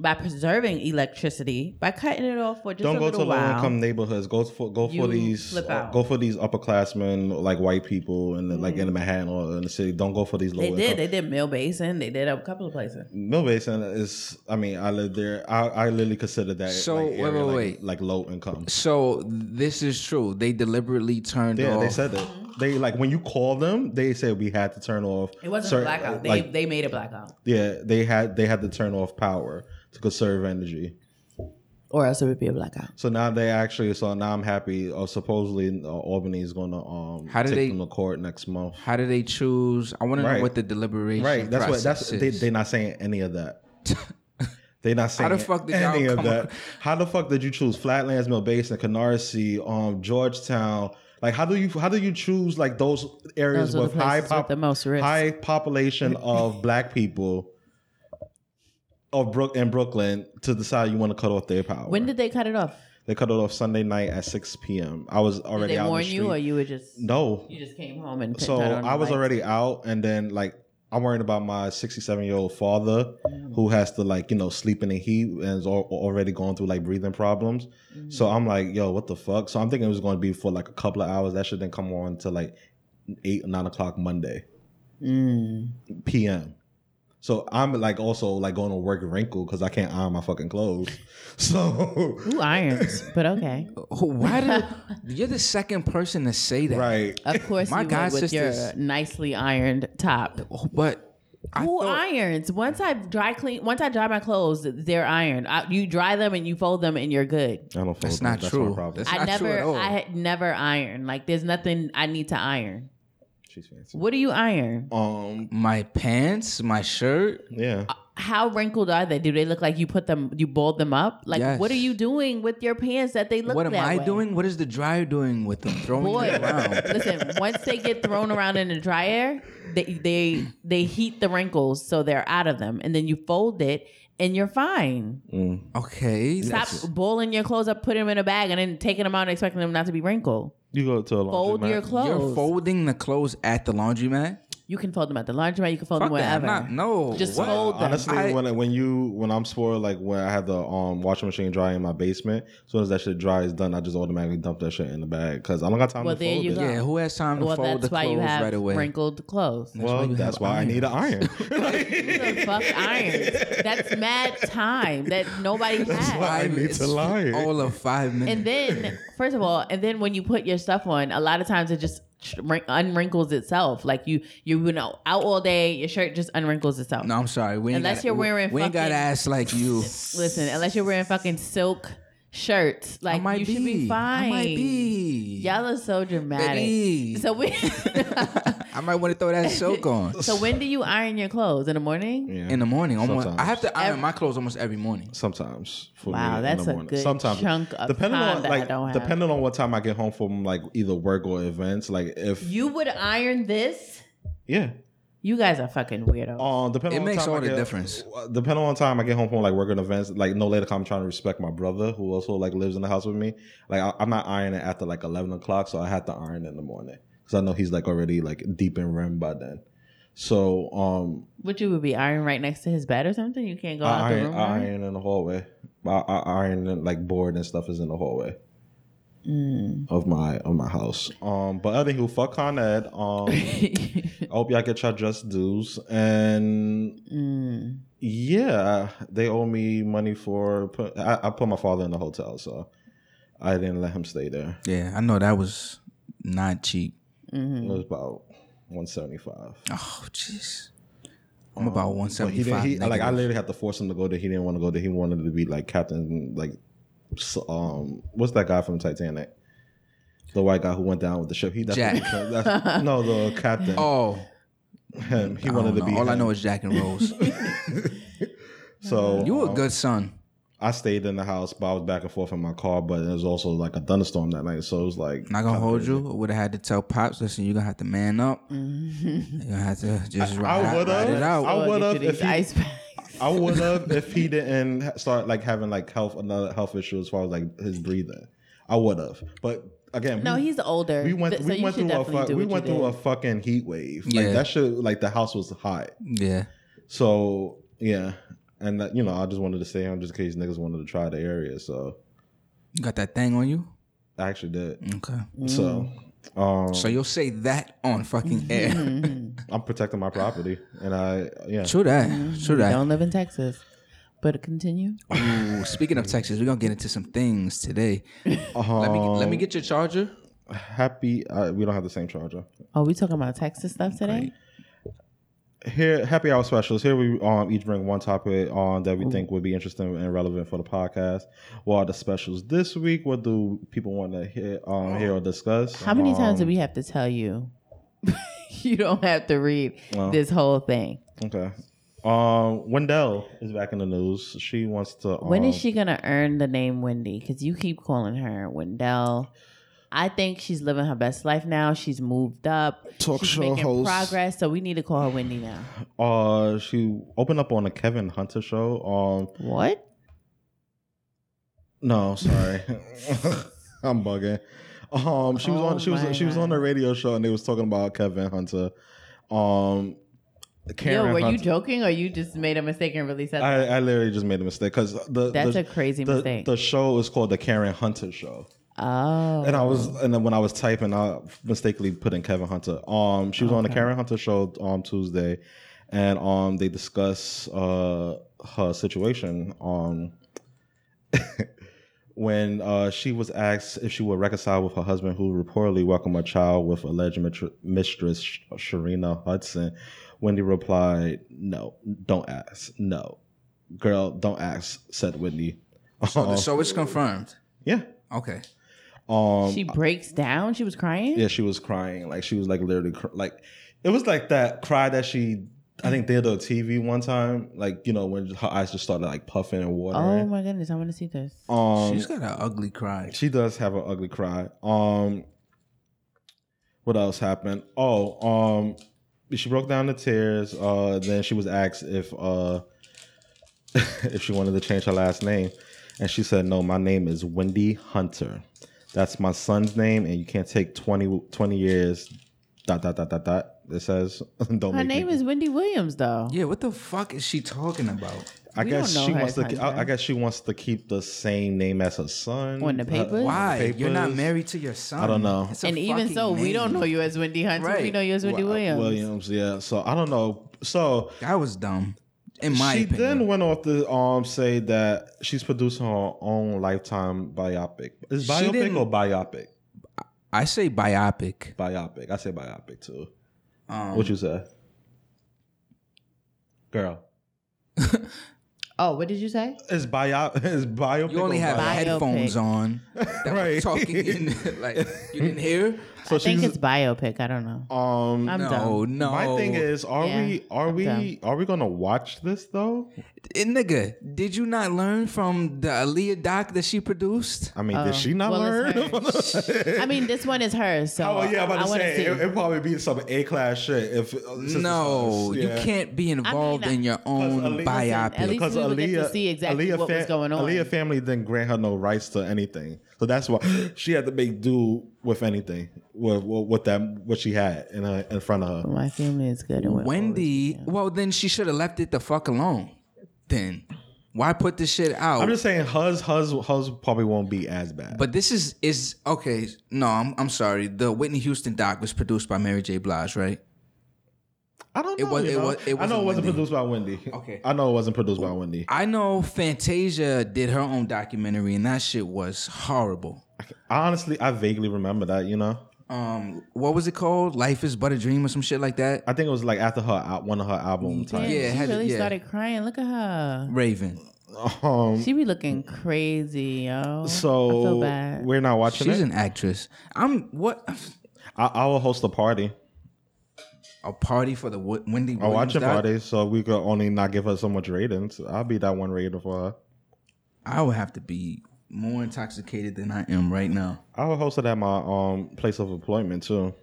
by preserving electricity by cutting it off for just
don't
a
go
little
to low
while.
income neighborhoods. Go for go
You
for these uh,
flip out. Mm-hmm.
go for these upperclassmen like white people and like in Manhattan or in the city. Don't go for these low
they
income.
did. They did Mill Basin. They did a couple of places.
Mill Basin is. uh, I mean, I live there. I, I literally consider that
So,
like,
wait,
area,
wait,
like,
wait.
like low income.
so this is true. They deliberately turned
Yeah,
off.
they said that. They like when you call them, they said we had to turn off.
Mm-hmm. It wasn't
certain-
a blackout. They
uh, like,
they made a blackout,
yeah, they had they had to turn off power to conserve energy.
or else it would be a blackout.
So now they actually. So now I'm happy. Uh, supposedly uh, Albany is going to um
How did
take
they-
them to court next month.
How do they choose? I want to know
Right.
what the deliberation.
Right. That's what. That's
process
they.
is.
They're not saying any of that. They not saying
the fuck did y'all
any of
come
that.
up-
How the fuck did you choose Flatlands, Mill Basin, Canarsie, um, Georgetown? Like how do you how do you choose like those areas
Those are the
with high
places with
pop
the most risk.
high population of black people of Brook in Brooklyn to decide you want to cut off their power?
When did they cut it off?
they cut it off Sunday night at six p.m. I was
Did
already
they
out in the
warn you,
street.
or you were just
no,
you just came home and
so I was already out, and then like I'm worrying about my 67 year old father who has to like you know sleep in the heat and is al- already going through like breathing problems. So I'm like, yo, what the fuck? So I'm thinking it was going to be for like a couple of hours. That should then come on to like eight nine o'clock Monday p.m. So I'm like also like going to work wrinkled because I can't iron my fucking clothes. So
Who irons? But okay,
Oh, Why do you're the second person to say that?
right,
of course
My
you
god
would with your
sisters.
nicely ironed top.
But I
Who
thought,
irons? Once I dry clean, once I dry my clothes, they're ironed. I, you dry them and you fold them, and you're good.
I don't.
That's
know.
not
That's
true.
My problem.
That's
I
not true
never,
at all.
I had never iron. Like there's nothing I need to iron.
She's fancy.
What do you iron?
Um.
my pants, my shirt.
Yeah.
How wrinkled are they? Do they look like you put them, you balled them up? Like
Yes.
what are you doing with your pants that they look?
What am
that
I
way?
doing? What is the dryer doing with them? Throwing
Boy,
it around.
listen. Once they get thrown around in the dryer, they they they heat the wrinkles so they're out of them, and then you fold it and you're fine.
Mm.
Okay.
Stop
that's-
boiling your clothes up, putting them in a bag, and then taking them out and expecting them not to be wrinkled.
You go to a laundry
Fold your clothes.
You're folding the clothes at the laundromat.
you can fold them at the laundromat. You can fold
Fuck
them
that.
wherever.
I'm not, no.
Just
what?
fold them.
Honestly,
I-
when when you when I'm spoiled, like when I have the um washing machine dry in my basement, as soon as that shit dry is done, I just automatically dump that shit in the bag because I don't got time
Well,
to
there
fold
you
it.
go.
Yeah, who has time to
Um, well,
fold
that's
the
why
clothes
you have
right away?
wrinkled clothes.
Well,
why you
that's
have
why I
iron.
need an iron.
The fuck irons. That's mad time that nobody has.
why I need to lie.
All of five minutes.
And then, first of all, and then when you put your stuff on, a lot of times it just sh- wrin- unwrinkles itself. Like you, you've been out out all day, your shirt just unwrinkles itself.
no, I'm sorry. We ain't
Unless
gotta-
you're wearing
we ain't got
fucking-
ass like you.
Listen, unless you're wearing fucking silk shirts,
I
like
might
you
be.
should be fine.
I might be.
Y'all are so dramatic.
Baby.
So we.
I might want to throw that silk on
so when do you iron your clothes in the morning?
Yeah.
in the morning. Almost, I
Sometimes.
have to iron my clothes almost every morning.
Sometimes for
Wow,
me
that's
in
a
the morning.
good
Sometimes
chunk of
depending
time
on
that I
like
don't have.
depending on what time I get home from like either work or events. Like if
You would iron this.
yeah,
You guys are fucking weirdos.
um, depending
It
on
makes
time
all
I
the
get-
difference.
uh, Depending on time I get home from like work and events, like no later. 'cause I'm trying to respect my brother who also like lives in the house with me. Like I, I'm not ironing after like 11 o'clock, so I have to iron in the morning because I know he's like already like deep in REM by then. So um,
What you would be ironing right next to his bed or something? You can't go out
I
the
iron,
room.
I
iron?
iron in the hallway. I, I iron like board and stuff is in the hallway. of my of my house. Um, but anywho, fuck Con Ed. Um,
Mm.
I hope y'all get y'all just dues. And
Mm.
yeah, they owe me money for put. I, I put my father in the hotel, so I didn't let him stay there.
Yeah, I know that was not cheap.
Mm-hmm.
It was about one seventy five.
Oh, jeez. I'm about
Um, But he didn't.
175.
He, like I
negative.
literally had to force him to go there. He didn't want to go there. He wanted to be like Captain. Like, s- um, what's that guy from Titanic? The white guy who went down with the ship. He that's
Jack.
that's, no, the captain.
oh,
him. He wanted
I don't
to
know.
be.
All I
him.
know is Jack and Rose.
so um,
you a good son.
I stayed in the house, but I was back and forth in my car. But it was also like a thunderstorm that night, so it was like
Not gonna hold you. Would have had to tell pops. Listen, you gonna have to man up. You're gonna have to just ride,
Mm-hmm. I
ride
would've.
it out.
I
Well,
would
get
have
you
if
these
he,
ice packs.
I would have if he didn't ha- start like having like health another health issue as far as like his breathing. I would have, but again,
No,
we-
he's older.
We went.
Th- so
we
you
went
should
through a.
definitely
Fuck,
do
we
what you
went through a
did.
fucking heat wave.
Yeah.
Like that shit. Like the house was hot.
yeah,
So yeah, and that, you know, I just wanted to stay home just in case niggas wanted to try the area. So
you got that thing on you.
I actually did.
Okay,
Mm.
So um,
so you'll say that on fucking air.
Mm-hmm.
I'm protecting my property, and I Mm-hmm. yeah. Mm-hmm.
True that. True that.
Don't live in Texas. But continue.
Ooh, speaking of Texas, we're gonna get into some things today. Let me let me get your charger.
Um, Happy. Uh, we don't have the same charger.
Oh, we talking about Texas stuff today?
here happy hour specials here we um each bring one topic on that we think would be interesting and relevant for the podcast what are the specials this week what do people want to hear um hear or discuss
How many times do
Um,
we have to tell you? you don't have to read
Oh.
this whole thing.
Um, okay um wendell is back in the news she wants to um,
When is she gonna earn the name Wendy? Because you keep calling her Wendell. I think she's living her best life now. She's moved up.
Talk
she's
show
making
host.
progress. So we need to call her Wendy now.
uh she opened up on the kevin hunter show um
What?
No, sorry, I'm bugging. Um, she was
Oh
on she was
my
she was on
God.
the radio show and they was talking about Kevin Hunter. Um, Karen
Yo, were you
Hunter.
joking or you just made a mistake and really said that?
I, I literally just made a mistake because the
That's
the,
a crazy
the,
mistake.
The show is called the Karen Hunter Show,
oh.
and I was and then when I was typing, I mistakenly put in Kevin Hunter. Um, she was on the Karen Hunter Show on Tuesday, and um, they discuss uh her situation. Um, when uh, she was asked if she would reconcile with her husband, who reportedly welcomed a child with alleged mitr- mistress Sh- Sharina Hudson, Wendy replied, "No, don't ask. No, girl, don't ask," said Wendy. Um,
So it's confirmed.
yeah.
Okay.
Um,
she breaks down. She was crying.
yeah, she was crying. Like she was like literally cr- like it was like that cry that she I think did on TV one time. Like you know when her eyes just started like puffing and
Oh
watering.
my goodness! I want to see this.
um,
She's got an ugly cry.
She does have an ugly cry. Um, what else happened? Oh, um, she broke down the tears. Uh, then she was asked if uh, if she wanted to change her last name, and she said, "No, my name is Wendy Hunter. That's my son's name, and you can't take 20, 20 years." Dot dot dot dot dot. It says, "Don't."
Her
make me
name is Wendy Williams, though.
Yeah, what the fuck is she talking about?
I
We
guess
don't know
she
her
wants
as
to. I,
Hunter.
I guess she wants to keep the same name as her son
On the
Uh,
papers?
Why? You're not
papers.
married to your son.
I don't know.
It's a
And even
fucking
so, we
name.
don't know you as Wendy Hunter. We
Right.
know you as Wendy
Well,
Williams.
Williams, yeah. So I don't know. So
That was dumb. In my
she
opinion.
then went off to um say that she's producing her own lifetime biopic. Is
She
biopic
didn't-
or biopic?
I say biopic.
Biopic. I say biopic too.
Um,
What you say, girl?
Oh, what did you say?
It's bio. It's biopic.
you only
or
have
biopic?
Biopic.
headphones on. That were
Right.
Talking in, like you didn't hear.
So
I think
she's
it's biopic. I don't know.
um.
I'm
No,
done.
no.
My thing is, are
Yeah,
we are
I'm
we
done.
are we gonna watch this though?
Eh, nigga, did you not learn from the Aaliyah doc that she produced?
I mean, did she not
Uh, well,
learn?
it's I mean, this one is hers, so
oh yeah, I'm
I
about to
want to see.
say it, it'd probably be some A class shit. If uh, since it's
No,
us,
you
yeah.
can't be involved in your own
Aaliyah-
biopic.
At least
Because
we would get to
Aaliyah,
see exactly
Aaliyah
what was going on.
Aaliyah family didn't grant her no rights to anything, so that's why she had to make do with anything with, with, with that what she had in her, in front of her.
My family is good. And
Wendy, well, then she should have left it the fuck alone. Then Why put this shit out?
I'm just saying, Huz, Huz, Huz probably won't be as bad.
But this is is okay. No, I'm I'm sorry. The Whitney Houston doc was produced by Mary J. Blige, right?
I don't
it
know.
was-
you
it
know?
was- it
I know
wasn't
it wasn't
Wendy.
produced by Wendy.
Okay.
I know it wasn't produced by Wendy.
I know Fantasia did her own documentary, and that shit was horrible.
I honestly, I vaguely remember that. You know,
Um, what was it called? Life is but a dream, or some shit like that.
I think it was like after her al- one of her
Damn,
album type.
Yeah,
she
had-
really
yeah.
started crying. Look at her.
Raven.
Um,
She be looking crazy, yo. Oh, I feel
so
bad.
we're not watching
She's
it.
an actress. I'm what
I, I will host a party.
a party for the Wi- Wendy.
A
Williams
watching
doc?
party, so we could only not give her so much ratings. I'll be that one rating for her.
I would have to be more intoxicated than I am right now.
I will host it at my um place of employment too,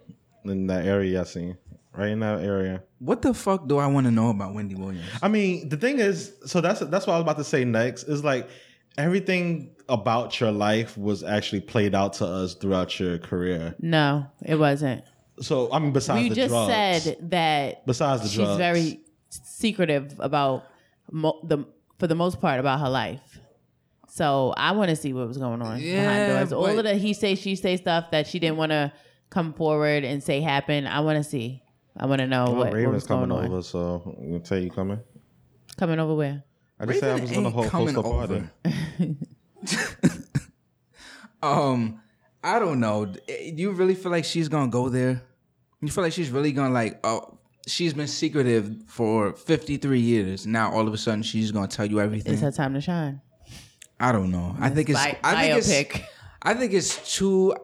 in that area I seen, right in that area.
What the fuck do I want to know about Wendy Williams?
I mean, the thing is, so that's that's what I was about to say next. Is like everything about your life was actually played out to us throughout your career.
no, it wasn't.
So I mean, besides
You
the
just
drugs,
said that
besides the
she's
drugs,
very secretive about mo- the for the most part about her life. So I want to see what was going on
Yeah,
behind doors. All of
but-
the he say she say stuff that she didn't want to come forward and say happened. I want to see. I want to know
Well,
what, what
Oh, Raven's
was going
coming
on.
over, so I'm gonna tell you coming.
Coming over where?
I just said I was gonna
ain't
ho- host
coming
a party.
um, I don't know. Eh, You really feel like she's gonna go there? You feel like she's really gonna like? Oh, she's been secretive for fifty three years. Now all of a sudden she's gonna tell you
Mm.
everything.
It's her time to shine.
I don't know. I think it's.
Bi-
I think
biopic.
it's. I think it's too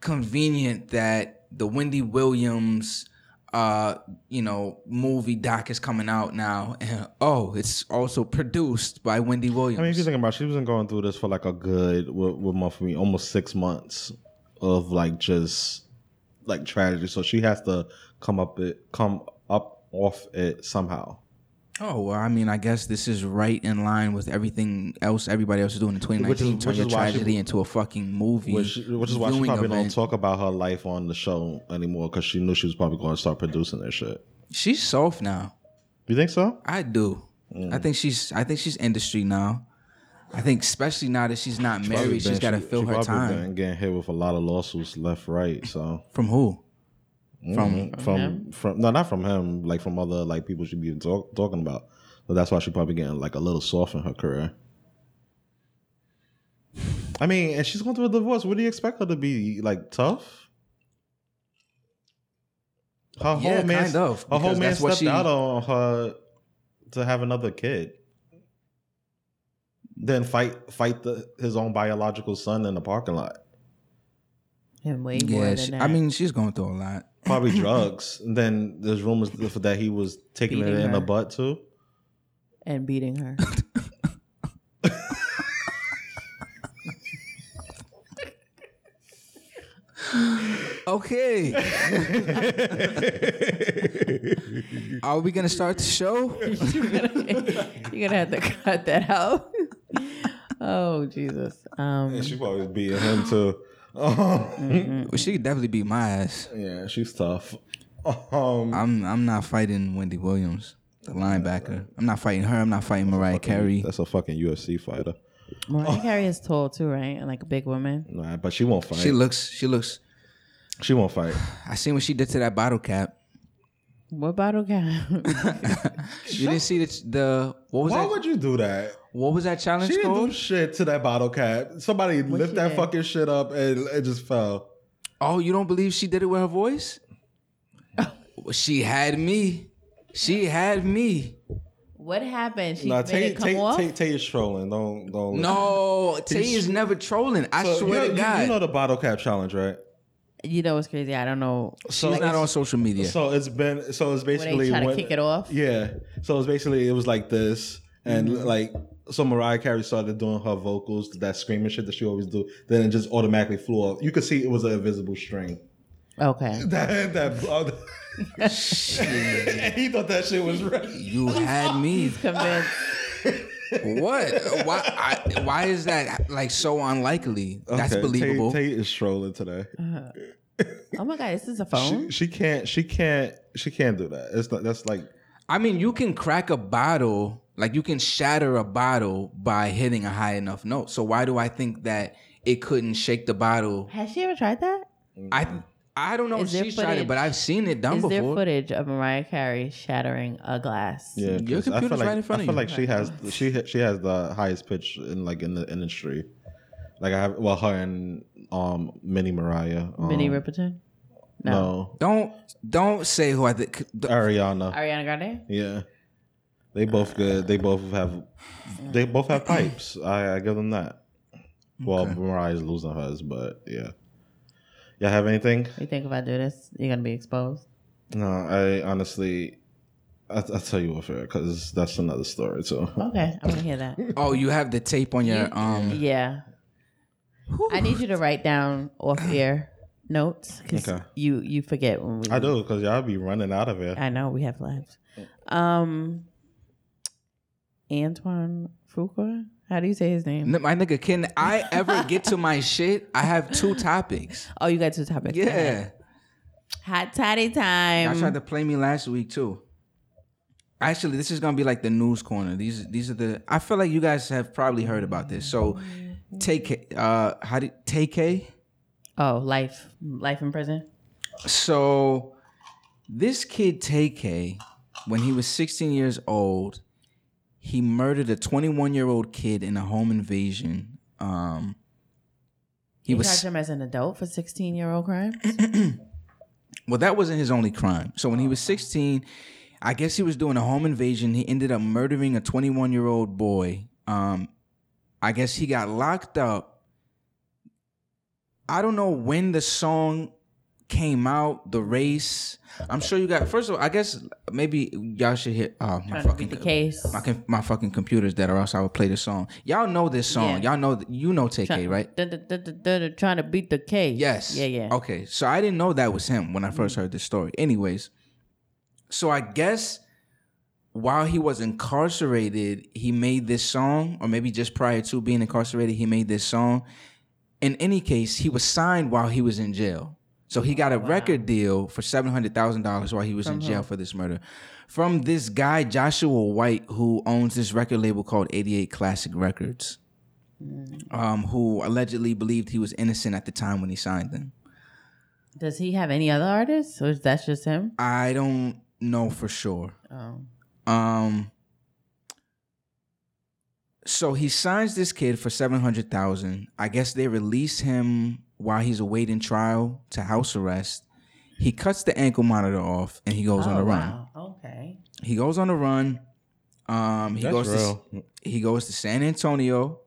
convenient that the Wendy Williams, uh, you know, movie doc is coming out now, and oh, it's also produced by Wendy Williams.
I mean, if you think about, it, she wasn't going through this for like a good what, what month for me, almost six months of like just like tragedy. So she has to come up it, come up off it somehow.
Oh well, I mean, I guess this is right in line with everything else everybody else is doing in 2019,
Which is- which is
turning a
why she-
tragedy into a fucking movie,
Which, which is why she
viewing
probably don't
event.
talk about her life on the show anymore because she knew she was probably going to start producing that shit.
She's soft now.
You think so?
I do. I think she's. I think she's industry now. I think especially now that she's not married, she's got to fill her time.
Been getting hit with a lot of lawsuits left, right. So
From who?
from from from no, not from him. Like from other like people she be talk, talking about. So that's why she probably getting like a little soft in her career. I mean, and she's going through a divorce. What do you expect her to be like tough? Her
Yeah,
whole man,
kind of,
her whole
because
man
that's what
stepped
she-
out on her to have another kid. Then fight fight the, his own biological son in the parking lot.
And way more
Yeah,
than
she,
that.
I mean, she's going through a lot.
probably drugs. And then there's rumors that he was taking
Beating
it in
her.
the butt too.
and beating her.
Okay, are we gonna start the show?
You're gonna have to cut that out. oh Jesus. Um,
She probably beating him too. Um,
Well, she could definitely beat my ass.
yeah, she's tough. Um,
I'm I'm not fighting Wendy Williams, the linebacker. I'm not fighting her. I'm not fighting Mariah Carey.
that's a fucking UFC fighter. Oh.
Mariah Carey is tall too, right? And like a big woman.
Nah, but she won't fight.
She
She,
looks. She looks.
won't fight.
I seen what she did to that bottle cap.
What bottle cap?
You didn't see the the what was
Why
that?
would you do that?
what was that challenge
She didn't do
called?
shit to that bottle cap. Somebody lift
she
that
did?
fucking shit up and it just fell.
oh, you don't believe she did it with her voice? Well, she had me. She had me.
what happened? She
Nah,
made it
take
come
take
off.
take take your trolling. Don't don't.
No, Tay is never trolling. I
So,
swear
you,
to
you-
God,
you know the bottle cap challenge, right?
you know what's crazy? I don't know.
she's not on social media.
So it's been so
When
it's basically
they try to
when-
kick it off.
Yeah. So it's basically it was like this, and like so Mariah Carey started doing her vocals, that screaming shit that she always do. Then it just automatically flew off. You could see it was an invisible string.
Okay.
That that. and he thought that shit was right.
you had me.
He's convinced.
What? Why? I, why is that like so unlikely? That's believable.
Tay, Tay is trolling today.
oh my god, this is a phone.
She, she can't. She can't. She can't do that. It's not. That's like.
I mean, you can crack a bottle Like you can shatter a bottle by hitting a high enough note. So why do I think that it couldn't shake the bottle?
Has she ever tried that?
I I don't know
Is
if
there
she's tried
footage-
it, but I've seen it done
Is there
before.
footage of Mariah Carey shattering a glass?
Yeah,
Your
'cause I feel
computer's
like,
right in front
I
of
feel
you.
like she has she ha- she has the highest pitch in like in the industry. Like I have well her and um Minnie Mariah, um,
Minnie Riperton?
no.
Don't don't say who I think.
Ariana.
Ariana Grande?
Yeah, they both good. They both have they both have pipes. I, I give them that. Well, Mariah's losing hers, but yeah. Y'all have anything?
You think if I do this, you're gonna be exposed?
No, I honestly, I, I'll tell you what, fair because that's another story. So
Okay, I want to hear that.
Oh, you have the tape on your um.
yeah, I need you to write down off air notes because
Okay.
you you forget when we.
I do because y'all be running out of here.
I know we have lives. Um, Antoine Fuqua. How do you say his name?
N- My nigga, can I ever get to my shit? I have two topics.
Oh, you got two topics.
Yeah.
Hot toddy
I tried
time.
to play me last week too. Actually, this is gonna be like the news corner. These these are the. I feel like you guys have probably heard about this. So, take uh, how did take?
Oh, life, life in prison.
So, this kid Take, when he was 16 years old, he murdered a 21 year old kid in a home invasion. Um, he
You
was
charged him as an adult for sixteen year old crimes.
Well, that wasn't his only crime. So when he
Oh,
was 16, I guess he was doing a home invasion. He ended up murdering a 21 year old boy. Um, I guess he got locked up. I don't know when the song came out, The Race. I'm sure you got, first of all, I guess maybe y'all should hit, oh, my
Trying to beat
fucking
the case.
My, com- my fucking computer's dead, or else I would play the song. Y'all know this song.
Yeah.
Y'all know you know TK,
Try-
right?
dun- dun- dun- dun- dun- dun, Trying to beat the case.
Yes.
Yeah, Mm-hmm. yeah.
Okay. So I didn't know that was him when I first heard this story. Anyways, so I guess while he was incarcerated, he made this song, or maybe just prior to being incarcerated, he made this song. In any case, he was signed while he was in jail. So he got a record deal for seven hundred thousand dollars while he was in jail for this murder, from this guy Joshua White, who owns this record label called Eighty Eight Classic Records
Mm-hmm.
um, who allegedly believed he was innocent at the time when he signed them.
Does he have any other artists, or is that just him?
I don't know for sure.
Oh,
Um, so he signs this kid for seven hundred thousand. I guess they release him while he's awaiting trial to house arrest. He cuts the ankle monitor off and he goes on
Oh,
a run.
wow. Okay.
He goes on a run. Um, he
That's
goes to
real.
He goes to San Antonio.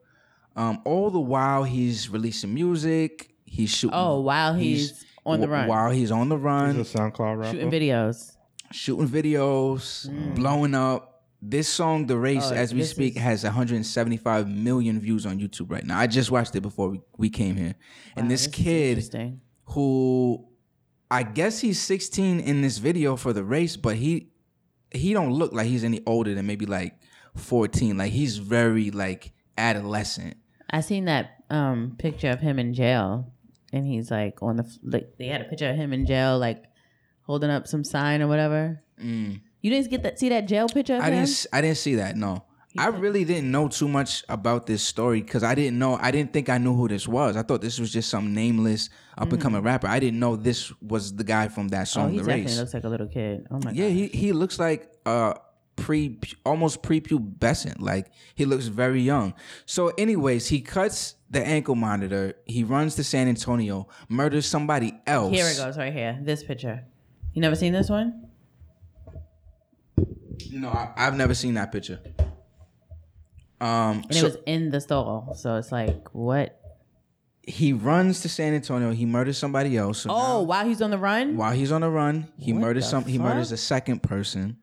Um, all the while he's releasing music. He's shooting.
Oh, while he's on the run.
While he's on the run,
He's a SoundCloud rapper.
Shooting videos.
shooting videos, blowing up. This song, "The Race,"
Mm. Oh,
as we
this
speak,
is-
has 175 million views on YouTube right now. I just watched it before we, we came here, and
Wow,
this,
is
kid
interesting.
who I guess he's 16 in this video for the race, but he he don't look like he's any older than maybe like 14. Like he's very like adolescent.
I seen that um picture of him in jail, and he's like on the f- like they had a picture of him in jail, like holding up some sign or whatever.
Mm.
You didn't get that? See that jail picture? Of
I
him?
didn't s- I didn't see that. No. I really didn't know too much about this story because I didn't know. I didn't think I knew who this was. I thought this was just some nameless up and coming rapper. I didn't know this was the guy from that
Mm. Oh,
song,
he
The
definitely
Race.
looks like a little kid. Oh my
Yeah,
god.
he, he looks like uh pre almost prepubescent. Like he looks very young. So, anyways, he cuts the ankle monitor. He runs to San Antonio, murders somebody else.
Here it goes, right here. This picture. You never seen this one?
No, I, I've never seen that picture. Um,
And
so
it was in the stall, so it's like what?
he runs to San Antonio. He murders somebody else. So
Oh,
now,
while he's on the run.
while he's on the run, he
What
murders
the
some. He
fuck?
murders a second person.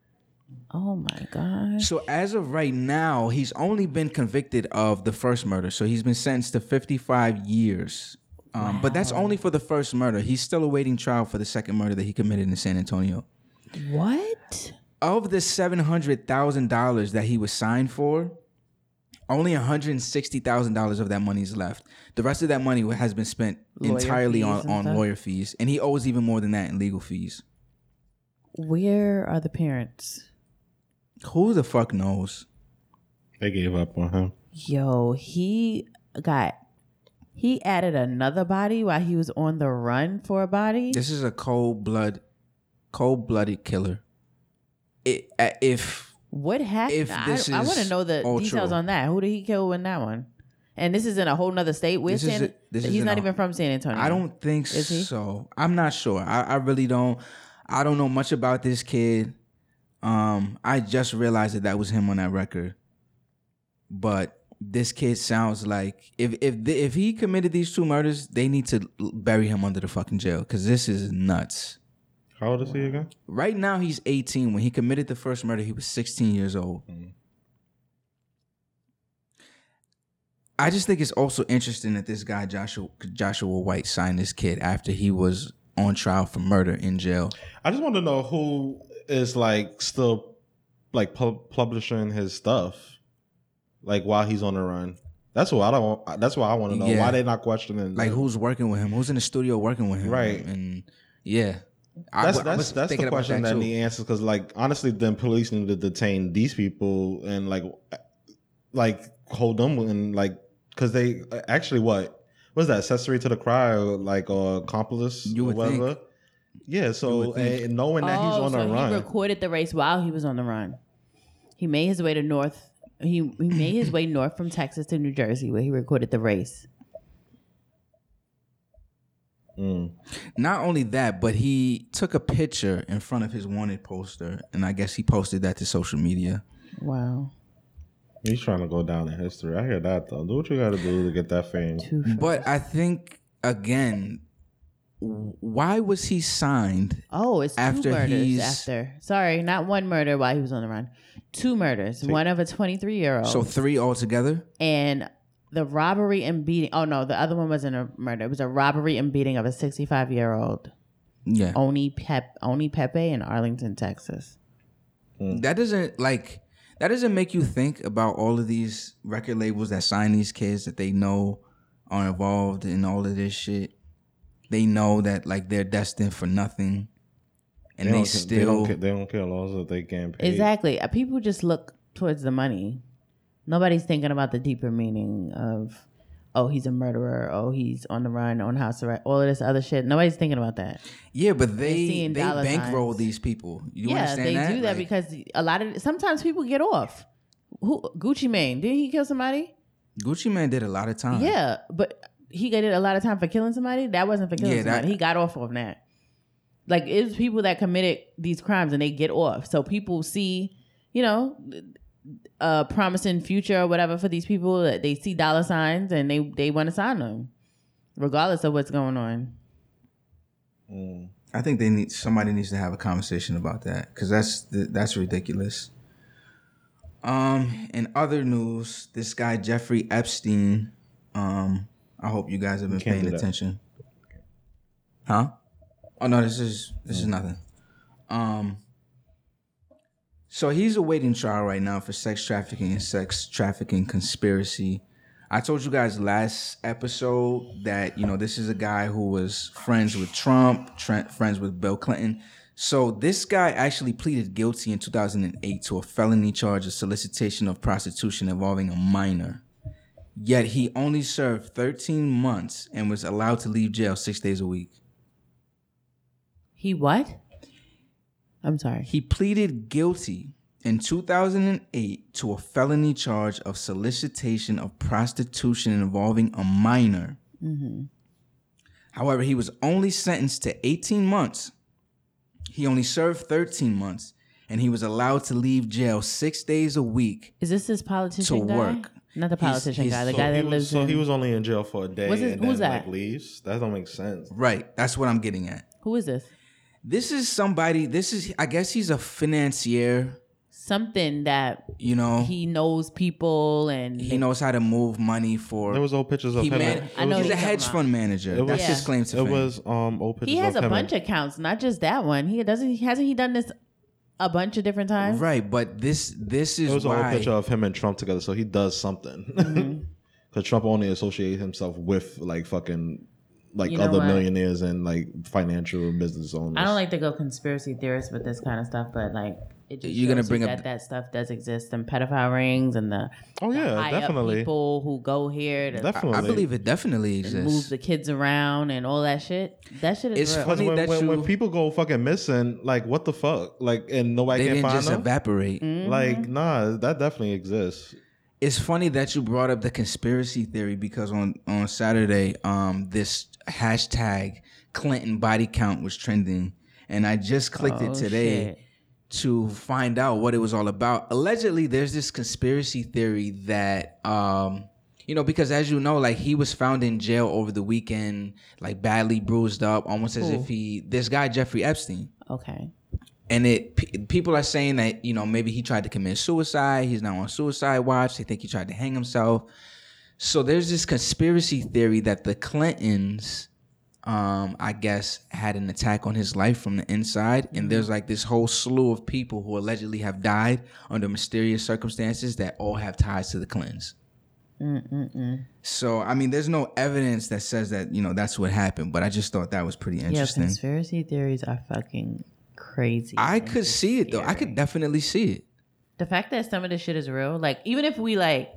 Oh my god.
So as of right now, he's only been convicted of the first murder. So he's been sentenced to 55 years. Um, But that's only for the first murder. He's still awaiting trial for the second murder that he committed in San Antonio.
What?
Of the $700,000 that he was signed for, only $160,000 of that money is left. The rest of that money has been spent
Lawyer
entirely
fees
on,
and
on
stuff?
lawyer fees. And he owes even more than that in legal fees.
Where are the parents?
Who the fuck knows?
They gave up on him.
Yo, he got he added another body while he was on the run for a body.
This is a cold blood, cold blooded killer. It, uh, if
What happened?
If
I,
this
I want to
is
know the
ultra-
details on that. Who did he kill in that one? And this is in a whole nother state. We're
This is
San,
a- this is
he's
in
not
a-
even from San Antonio.
I don't think
Is he?
so, I'm not sure. I, I really don't. I don't know much about this kid. Um, I just realized that that was him on that record. But this kid sounds like if if the, if he committed these two murders, they need to l- bury him under the fucking jail because this is nuts.
How old is he again?
Right now he's 18. When he committed the first murder, he was 16 years old.
Mm-hmm.
I just think it's also interesting that this guy Joshua Joshua White signed this kid after he was on trial for murder in jail.
I just want to know who is like still like pub- publishing his stuff, like while he's on the run. That's what I don't. That's what I want to know.
Yeah.
Why they not questioning?
Like who's working with him? Who's in the studio working with him?
Right.
And yeah.
That's
w-
that's
was
that's
thinking
the
about
question that,
too.
needs answers because like honestly, then police need to detain these people and like like hold them and like because they actually what was that accessory to the crime or like or accomplice
You would
or whatever.
think.
Yeah,
You
so
would think.
and knowing that he's
Oh,
on
so
the run,
he recorded the race while he was on the run. He made his way to North. He he made his way north from Texas to New Jersey, where he recorded the race.
Mm.
Not only that, but he took a picture in front of his wanted poster, and I guess he posted that to social media.
Wow,
he's trying to go down in history. I hear that though. Do what you got to do to get that fame.
too far.
But I think again, w- why was he signed?
Oh, it's
After
two murders
he's-
after. Sorry, not one murder while he was on the run. Two murders. One of a 23 year old.
Oh.
So three altogether.
and the robbery and beating. Oh, no, the other one wasn't a murder. It was a robbery and beating of a 65 year old
Yeah,
Oni, Pep, Oni Pepe in Arlington, Texas.
that doesn't like that doesn't make you think about all of these record labels that sign these kids that they know are involved in all of this shit. They know that like they're destined for nothing, and they,
don't,
still
they don't, ca- they don't care laws that they can't pay.
Exactly. Uh, People just look towards the money. Nobody's thinking about the deeper meaning of, oh, he's a murderer. Oh, he's on the run, on house arrest, all of this other shit. Nobody's thinking about that.
Yeah, but they
seeing
they
dollar
bankroll
signs.
these people. You
yeah,
understand
they
that?
do that
Like,
because a lot of sometimes people get off. Who Gucci Mane? Did he kill somebody?
Gucci Man did a lot of time.
Yeah, but he got it a lot of time for killing somebody. That wasn't for killing
Yeah, that-
somebody. he got off on that. Like it was people that committed these crimes and they get off. So people see, you know, a promising future or whatever for these people. that They see dollar signs and they they want to sign them, regardless of what's going on.
Mm.
I think they need somebody needs to have a conversation about that because that's th- that's ridiculous. Um, in other news, this guy Jeffrey Epstein. Um, I hope you guys have been
Can't do
paying
that.
attention. Huh? Oh no, this is this
Mm.
is nothing. Um. So he's awaiting trial right now for sex trafficking and sex trafficking conspiracy. I told you guys last episode that you know this is a guy who was friends with Trump, tr- friends with Bill Clinton. So this guy actually pleaded guilty in 2008 to a felony charge of solicitation of prostitution involving a minor. Yet he only served 13 months and was allowed to leave jail 6 days a week.
He what? I'm sorry.
He pleaded guilty in 2008 to a felony charge of solicitation of prostitution involving a minor. Mm-hmm. However, he was only sentenced to 18 months. He only served 13 months and he was allowed to leave jail six days a week.
Is this this politician
To
guy?
work.
Not the
He's-
politician
he's-
guy. The
So
guy
he
that
was-
lives
So
in.
he was only in jail for a day
What's his-
and
who's
then
that?
like leaves. That don't make sense.
Right, that's what I'm getting at.
who is this?
This is somebody, this is, I guess he's a financier,
Something that
you know? He,
he knows people and
knows how to move money for.
There was old pictures of
he
him.
man-
it
I
was-
know
he's
who
a
you're
hedge
talking
fund manager.
It
That's
was-
his claim to
It
fame.
was um old pictures.
he has
of
a
him
bunch of accounts, not just that one. He doesn't. He hasn't he done this a bunch of different times?
right, but this this
It
is
was an old
why
picture of him and Trump together, so he
Mm-hmm.
does something. Because Trump only associates himself with like fucking like
You know
other
what?
millionaires and like financial and business owners.
I don't like to go conspiracy theorists with this kind of stuff, but like it just
You're gonna
shows you
bring up
that
the-
that stuff does exist and pedophile rings and the
Oh yeah,
high up
definitely,
people who go here to
definitely.
I believe it definitely
move
exists.
the kids around and all that shit. That shit is
It's
real.
Because
Funny
when,
that
when, when
you-
people go fucking missing, like what the fuck, like and nobody
They
can
didn't
find
just
them.
evaporate.
Mm. Mm-hmm.
Like nah, that definitely exists.
It's funny that you brought up the conspiracy theory because on on Saturday, um, this hashtag Clinton body count was trending, and I just clicked
Oh,
it today.
shit.
to find out what it was all about. Allegedly, there's this conspiracy theory that, um, you know, because as you know, like he was found in jail over the weekend, like badly bruised up, almost as
Who?
if he, this guy, Jeffrey Epstein.
Okay.
And it, pe people are saying that, you know, maybe he tried to commit suicide. He's now on suicide watch. They think he tried to hang himself. So there's this conspiracy theory that the Clintons, um, I guess, had an attack on his life from the inside,
Mm-hmm.
and there's like this whole slew of people who allegedly have died under mysterious circumstances that all have ties to the Clintons.
Mm,
So I mean, there's no evidence that says that you know that's what happened, but I just thought that was pretty
Yeah,
interesting.
conspiracy theories are fucking crazy.
I
and
could see it though. I
scary.
could definitely see it.
the fact that some of this shit is real, like even if we like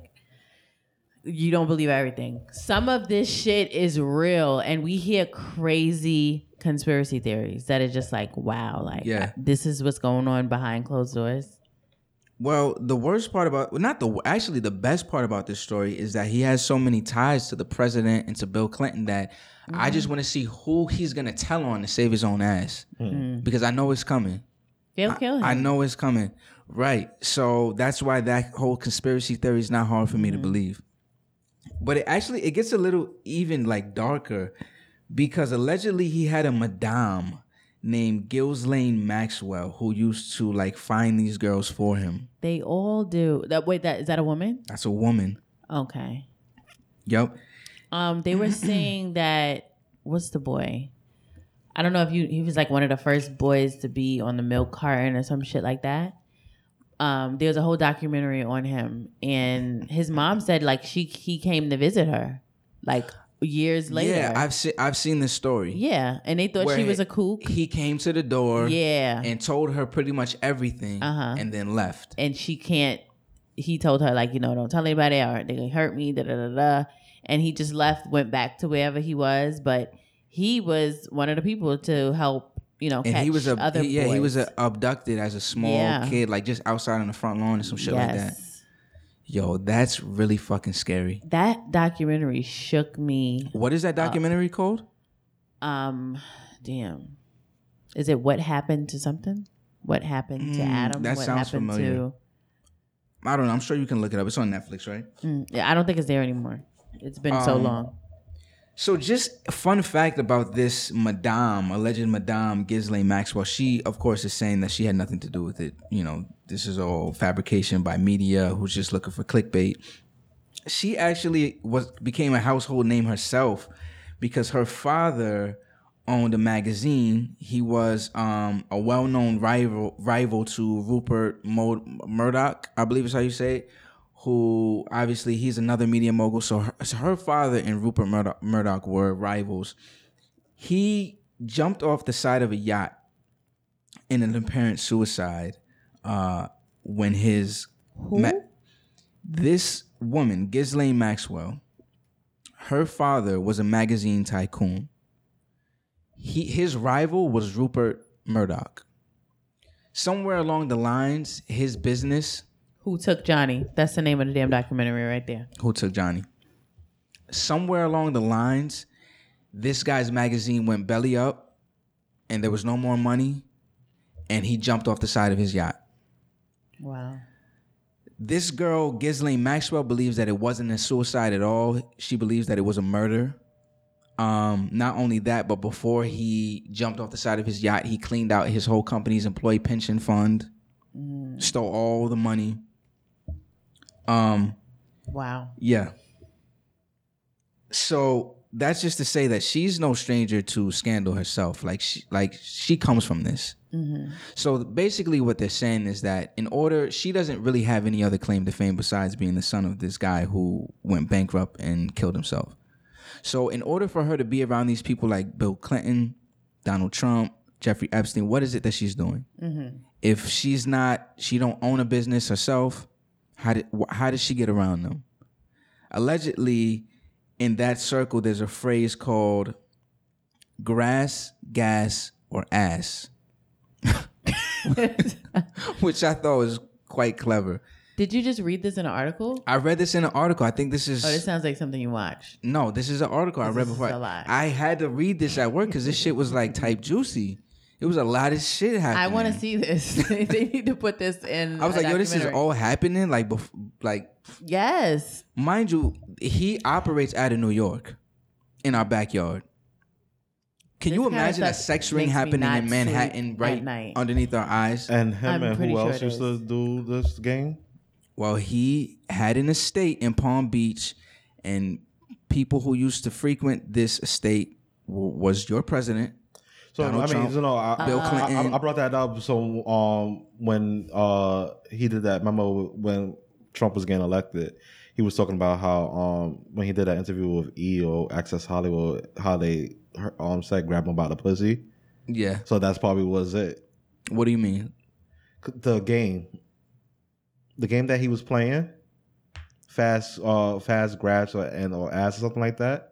you don't believe everything, some of this shit is real and we hear crazy conspiracy theories that are just like, wow, like
Yeah.
this is what's going on behind closed doors.
Well, the worst part about well, not the actually the best part about this story is that he has so many ties to the president and to Bill Clinton that
Mm-hmm.
I just want to see who he's gonna tell on to save his own ass because I know it's coming.
They'll Hmm. kill him.
I know it's coming, right? So that's why that whole conspiracy theory is not hard for me
Mm-hmm.
to believe. But it actually it gets a little even like darker because allegedly he had a madame named Gilslane Maxwell who used to like find these girls for him.
They all do. That wait, that is that a woman?
That's a woman.
Okay.
Yep.
Um, they were saying that what's the boy? I don't know if you he was like one of the first boys to be on the milk carton or some shit like that. Um, there's a whole documentary on him, and his mom said like she he came to visit her, like years later.
Yeah, I've seen I've seen this story.
yeah, and they thought
Where
she was a kook.
He came to the door
Yeah, and,
and told her pretty much everything
Uh-huh.
and then left.
she can't. He told her like you know don't tell anybody or they can hurt me da da da da, and he just left, went back to wherever he was, but he was one of the people to help you know
And
catch
he was a
other
yeah, he was
boys.
a, abducted as a small
Yeah.
kid, like just outside on the front lawn and some shit like that. Yo, that's really fucking scary.
That documentary shook me.
What is that documentary called?
Um, damn. Is it what happened to something? What happened to
Mm,
Adam?
that
what
sounds
happened
familiar. I don't know. I'm sure you can look it up. It's on Netflix, right?
to? Mm, yeah, I don't think it's there anymore. It's been so
Um,
long.
So, just a fun fact about this Madame, alleged Madame Ghislaine Maxwell. She, of course, is saying that she had nothing to do with it. You know, this is all fabrication by media who's just looking for clickbait. She actually was became a household name herself because her father owned a magazine. He was um, a well-known rival rival to Rupert Mo- Murdoch, I believe is how you say it. Who obviously he's another media mogul. So her, so her father and Rupert Murdoch, Murdoch were rivals. He jumped off the side of a yacht in an apparent suicide uh, when his ma- this woman Ghislaine Maxwell, her father was a magazine tycoon he his rival was Rupert Murdoch. Somewhere along the lines, his business
Who took Johnny? That's the name of the damn documentary right there.
who took Johnny. Somewhere along the lines, this guy's magazine went belly up, and there was no more money, and he jumped off the side of his yacht.
Wow.
This girl, Ghislaine Maxwell, believes that it wasn't a suicide at all. She believes that it was a murder. Um, not only that, but before he jumped off the side of his yacht, he cleaned out his whole company's employee pension fund, stole all the money. Um,
Wow.
yeah. So that's just to say that she's no stranger to scandal herself. Like she, like she comes from this. So basically, what they're saying is that in order, she doesn't really have any other claim to fame besides being the son of this guy who went bankrupt and killed himself. So in order for her to be around these people like Bill Clinton, Donald Trump, Jeffrey Epstein, what is it that she's doing? If she's not, she don't own a business herself. How did wh- how does she get around them? Allegedly, in that circle, there's a phrase called grass, gas, or ass, which I thought was quite clever.
Did you just read this in an article?
I read this in an article. I think this is
Oh, this sounds like something you watched.
no, this is an article I
This
read
is
before.
a lie.
I had to read this at work because this shit was like type juicy. It was a lot of shit happening.
I want to see this. they need to put this in.
I was
a
like, yo, this is
documentary.
all happening. Like, bef- like,
Yes.
mind you, he operates out of New York, in our backyard. Can
This
you
kinda
imagine a
stuff
sex ring
makes me
happening
not
in Manhattan
sleep
right
at night.
underneath our eyes?
And him
I'm
and
pretty
who
sure
else
it
used
is.
to do this game?
Well, he had an estate in Palm Beach, and people who used to frequent this estate w- was your president.
So
Donald
I mean,
Trump,
you know, I,
Bill
Uh,
I-
Clinton.
I, I brought that up. So um, when uh, he did that memo when Trump was getting elected, he was talking about how um, when he did that interview with E or Access Hollywood, how they her- um said grab him by the pussy.
Yeah.
So that's probably was it.
What do you mean?
C- The game, the game that he was playing, fast uh fast grabs or, and or ass or something like that.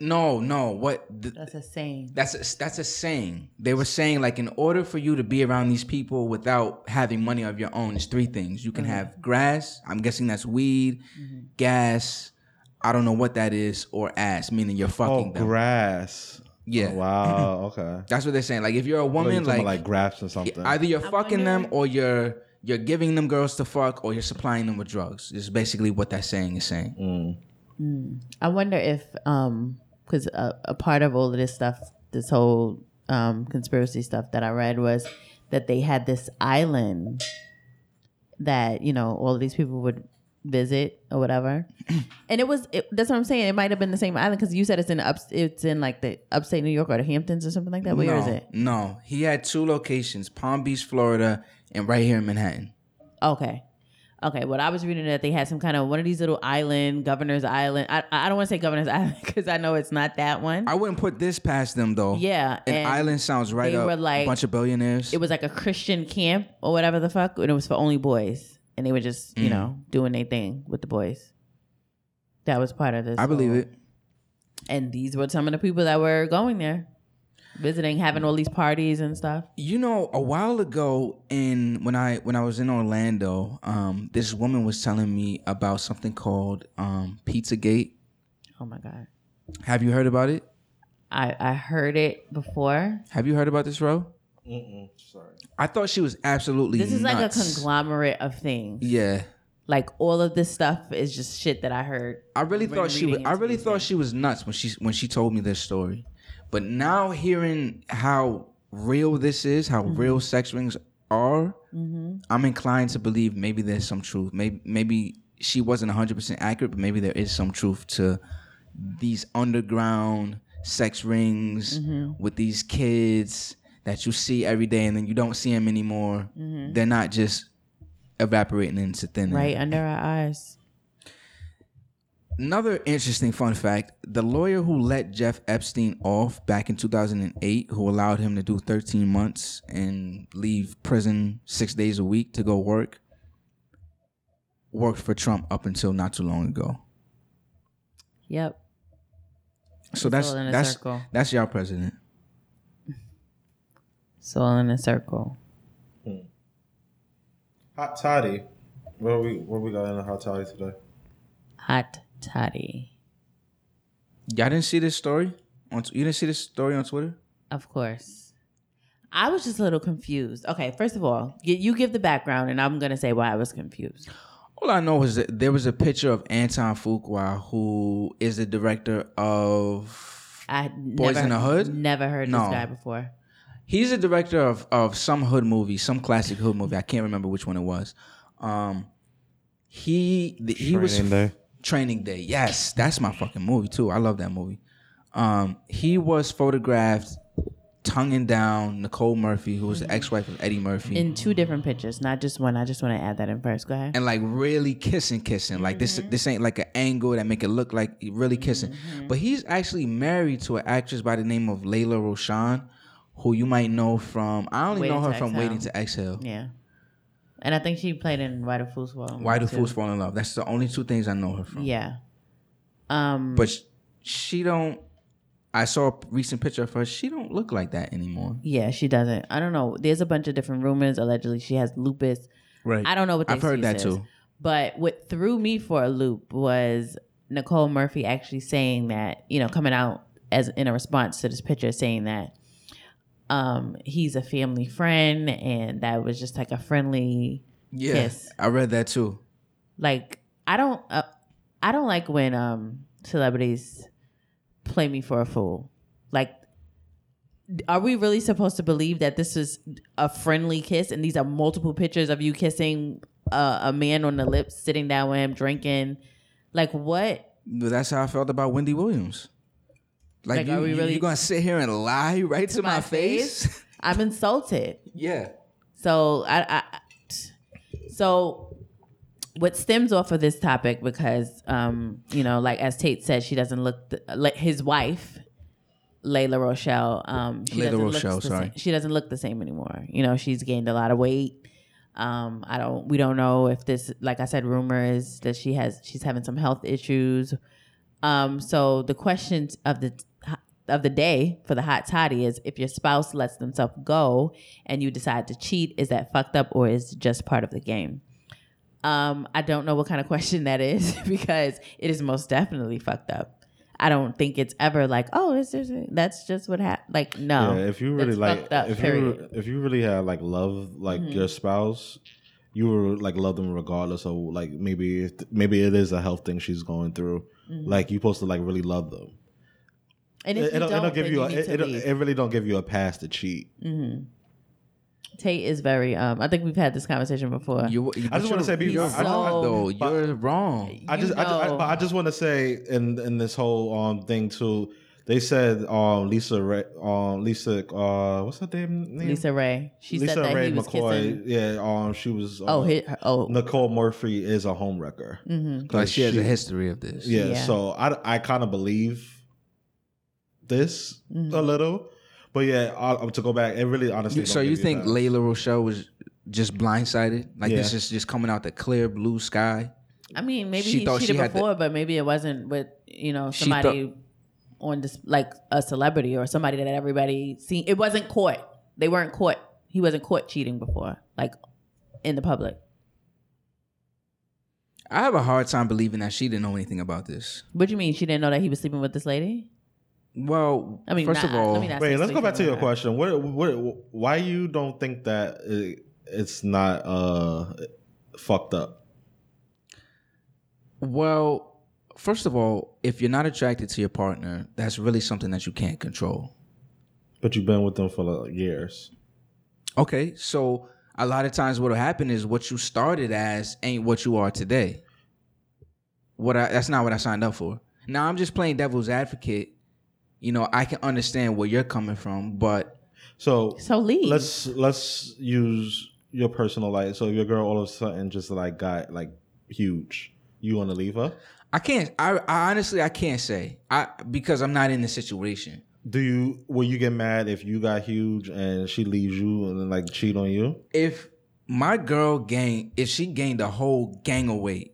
No, no. What? th-
That's a saying.
That's a, that's a saying. They were saying like in order for you to be around these people without having money of your own, it's three things. You
Mm-hmm.
can have grass. I'm guessing that's weed, gas. I don't know what that is, or ass, meaning you're
Oh,
fucking them.
grass. Oh,
yeah,
Wow. Okay.
that's what they're saying. Like if you're a
I thought you were
woman,
talking
like,
about, like grabs or something.
either you're
I wonder-
fucking them or you're you're giving them girls to fuck or you're supplying them with drugs. Is basically what that saying is saying.
Mm.
I wonder if, um, because a, a part of all of this stuff, this whole um, conspiracy stuff that I read was that they had this island that you know all of these people would visit or whatever, and it was it, that's what I'm saying. It might have been the same island because you said it's in up, it's in like the upstate New York or the Hamptons or something like that. Where
no,
is it?
No, he had two locations: Palm Beach, Florida, and right here in Manhattan.
Okay. Okay. What I was reading that they had some kind of one of these little island, governor's island. I, I don't want to say governor's island because I know it's not that one.
I wouldn't put this past them though.
yeah.
An
and
island sounds right
they
up.
were like-
a bunch of billionaires.
It was like a Christian camp or whatever the fuck, and it was for only boys, and they were just you
Mm.
know doing their thing with the boys. That was part of this.
I believe
whole-
it.
And these were some of the people that were going there, visiting, having all these parties and stuff.
You know, a while ago in when I when I was in Orlando, um, this woman was telling me about something called um, Pizzagate.
Oh my god.
Have you heard about it?
I, I heard it before.
Have you heard about this, Ro?
Mm-mm, sorry.
I thought she was absolutely.
This is like a
nuts.
conglomerate of things.
Yeah,
like all of this stuff is just shit that I heard.
I really
Been
thought she was.
reading
I
into
really
these
thought
things.
she was nuts when she when she told me this story, but now hearing how real this is, how
Mm-hmm.
real sex rings are, I'm inclined to believe maybe there's some truth. Maybe maybe she wasn't 100 percent accurate, but maybe there is some truth to these underground sex rings
Mm-hmm.
with these kids that you see every day and then you don't see them anymore. They're not just evaporating into thin air.
Mm-hmm. right under our eyes.
Another interesting fun fact the lawyer who let Jeff Epstein off back in 2008, who allowed him to do 13 months and leave prison six days a week to go work, worked for Trump up until not too long ago.
Yep.
So
It's
that's
all in a
that's
circle.
that's y'all president.
It's all in a circle.
Hot toddy. What are we what we got in the hot toddy today?
Hot toddy.
Y'all didn't see this story on t- you didn't see this story on Twitter.
Of course. I was just a little confused. Okay, first of all, y- you give the background and I'm going to say why I was confused.
All I know is that there was a picture of Anton Fuqua, who is the director of
I had
Boys
never,
in the Hood?
Never heard
No.
this guy before.
He's the director of of some hood movie, some classic hood movie. I can't remember which one it was. Um, he the, he was
there.
Training Day. Yes, that's my fucking movie too. I love that movie. Um, he was photographed tonguing down Nicole Murphy, who was the ex-wife of Eddie Murphy,
in two different pictures, not just one. I just want to add that in first. Go ahead.
and like really kissing, kissing. Like this,
Mm-hmm.
this ain't like an angle that make it look like he really kissing. But he's actually married to an actress by the name of Layla Roshan, who you might know from. I only
Waiting
know her
to
from
Exhale.
Waiting to Exhale.
Yeah, and I think she played in Why Do Fools Fall?
Why do
too.
fools fall in love? That's the only two things I know her from.
Yeah. Um.
But sh- she don't. I saw a recent picture of her. She don't look like that anymore.
yeah, she doesn't. I don't know. There's a bunch of different rumors. Allegedly, she has lupus.
Right.
I don't know what the
I've heard that
excuse is.
too.
But what threw me for a loop was Nicole Murphy actually saying that, you know, coming out as in a response to this picture saying that um he's a family friend and that was just like a friendly
Yeah,
Yes.
I read that too.
like I don't uh, I don't like when um celebrities play me for a fool. Like are we really supposed to believe that this is a friendly kiss and these are multiple pictures of you kissing uh, a man on the lips, sitting down with him drinking? Like what?
But that's how I felt about Wendy Williams. Like,
Like,
you,
are we
you-
really-
you gonna sit here and lie right to, my,
my
face?
I'm insulted.
yeah.
So I, I so what stems off of this topic because um you know like as Tate said she doesn't look th- like his wife Layla Rochelle um she
Layla
doesn't
Rochelle,
look the
sorry.
same, she doesn't look the same anymore you know she's gained a lot of weight um I don't we don't know if this like I said rumor is that she has she's having some health issues um, so the questions of the of the day for the hot toddy is: If your spouse lets themselves go and you decide to cheat, is that fucked up or is it just part of the game? Um, I don't know what kind of question that is because it is most definitely fucked up. I don't think it's ever like, oh, it's just, that's just what happened. Like, no,
Yeah, if you really
That's
like,
fucked up,
if
period. Mm-hmm.
you if you really had like love like your spouse, you would like love them regardless of like maybe maybe it is a health thing she's going through.
Mm-hmm.
Like you supposed to like really love them.
and if
It, it
you
don't,
don't,
it don't give you, a,
need
it,
to
it, don't-
leave. Mm-hmm.
it really don't give you a pass to cheat.
Tate is very. Um, I think we've had this conversation before.
You, you-
I just
but
wanna
you're-
say be-
you're
So-
wrong though. You're wrong.
I
You
just, I, ju- I,
know.
but I just want to say in in this whole um thing too, they said um Lisa Re, um Lisa uh what's her name name?
Lisa Ray. She
Lisa
said that
Ray
he was
McCoy.
kissing.
Yeah, um she was. Uh,
Oh, hit, oh,
Nicole Murphy is a homewrecker.
mhm.
Like she has a history of this.
Yeah,
Yeah.
so I, I kind of believe this
Mm-hmm.
a little, but yeah, I, um, to go back, it really honestly.
You-
don't
so
give
you think
that.
Layla Rochelle was just blindsided? Like
Yeah.
this is just coming out the clear blue sky.
I mean, maybe
She
he
thought she
cheated
had the-
before, but maybe it wasn't with you know
She thought-
somebody on this like a celebrity or somebody that everybody seen. It wasn't caught. They weren't caught. He wasn't caught cheating before, like in the public.
I have a hard time believing that she didn't know anything about this.
What do you mean she didn't know that he was sleeping with this lady?
Well,
I mean,
first
not-
of all,
let me not say
Wait, let's go
sleeping
back to
with
your
her.
question. What, what, why you don't think that it, it's not uh fucked up?
well, first of all, if you're not attracted to your partner, that's really something that you can't control.
But you've been with them for like years.
Okay, so a lot of times what'll happen is what you started as ain't what you are today. What I, that's not what I signed up for. Now I'm just playing devil's advocate. You know, I can understand where you're coming from, but
So
So leave.
let's let's use your personal life. So your girl all of a sudden just like got like huge. You want to leave her?
I can't. I, I honestly I can't say I because I'm not in the situation.
Do you will you get mad if you got huge and she leaves you and then like cheat on you?
if my girl gained if she gained a whole gang of weight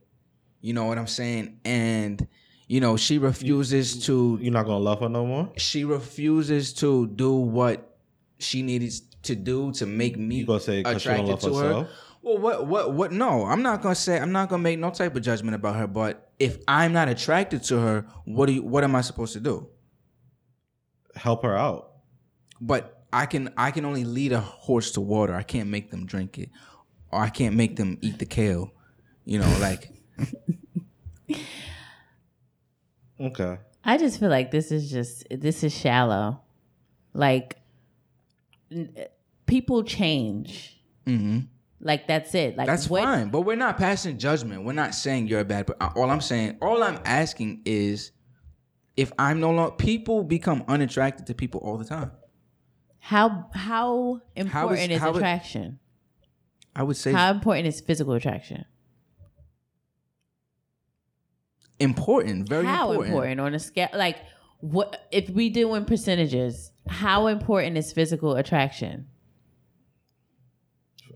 you know what i'm saying and you know she refuses to
You're not gonna love her no more.
she refuses to do what she needed to do to make me
You gonna say 'cause she don't
attracted
love
to her
herself?
well what what what no i'm not gonna say i'm not gonna make no type of judgment about her but if i'm not attracted to her what do you what am i supposed to do
Help her out.
but I can I can only lead a horse to water. I can't make them drink it, or I can't make them eat the kale. You know, like
Okay.
I just feel like this is just this is shallow. Like n- people change.
mhm.
Like that's it. Like
that's
what,
fine. But we're not passing judgment. We're not saying you're a bad. But all I'm saying, all I'm asking is, if I'm no longer people become unattracted to people all the time.
How how important is,
how is-
attraction?
I would say
how important is physical attraction?
important, very
how
important.
important. on a scale like what if we doing percentages? How important is physical attraction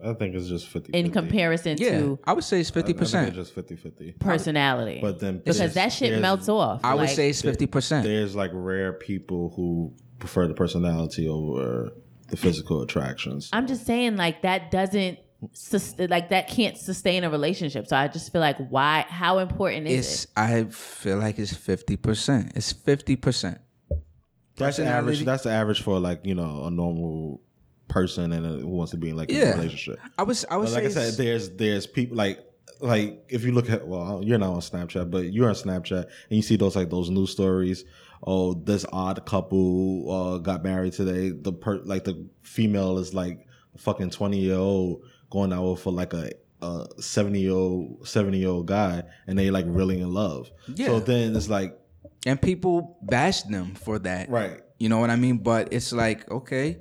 I think it's just 50.
in comparison
Yeah,
to
I would say it's fifty percent.
Just 50 50.
personality?
But then
because
there's-
that shit
there's-
melts off.
I would
Like,
say it's fifty percent.
There's like rare people who prefer the personality over the physical attractions.
I'm just saying like that doesn't sus- like that can't sustain a relationship. So I just feel like why? How important is
It's
it?
I feel like it's fifty percent. It's fifty percent.
That's the
Personality-
average. That's the average for like you know a normal person and a, who wants to be in like
Yeah.
a relationship.
I was I would
But
say
like I
it's-
said, there's there's people like like if you look at well, you're not on Snapchat, but you're on Snapchat and you see those like those news stories. Oh, this odd couple uh, got married today. The per like the female is like a fucking twenty year old going out for like a a seventy year old seventy year old guy, and they like really in love.
Yeah.
So then it's like
and people bash them for that.
right.
You know what I mean? But it's like, okay,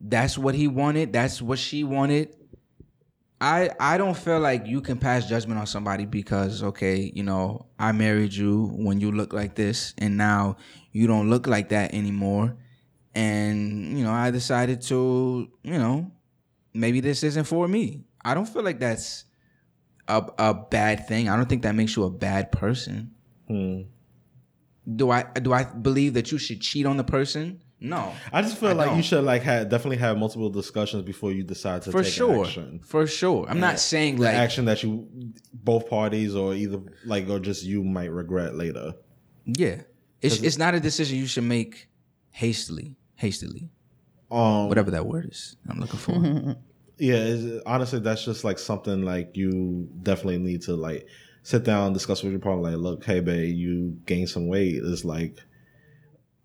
that's what he wanted. That's what she wanted. I I don't feel like you can pass judgment on somebody because okay, you know, I married you when you look like this, and now you don't look like that anymore. And you know, I decided to, you know, maybe this isn't for me. I don't feel like that's a a bad thing. I don't think that makes you a bad person
Hmm.
do I do I believe that you should cheat on the person? No,
I just feel
I
like
don't.
you should like have definitely have multiple discussions before you decide to
for
take
sure,
action.
for sure. I'm not saying like
action that you both parties or either like or just you might regret later.
yeah. It's it's not a decision you should make hastily, hastily,
Um,
whatever that word is. I'm looking for.
Mm-hmm.
yeah, it's, honestly, that's just like something like you definitely need to like sit down and discuss with your partner. Like, look, hey, babe, you gained some weight. It's like,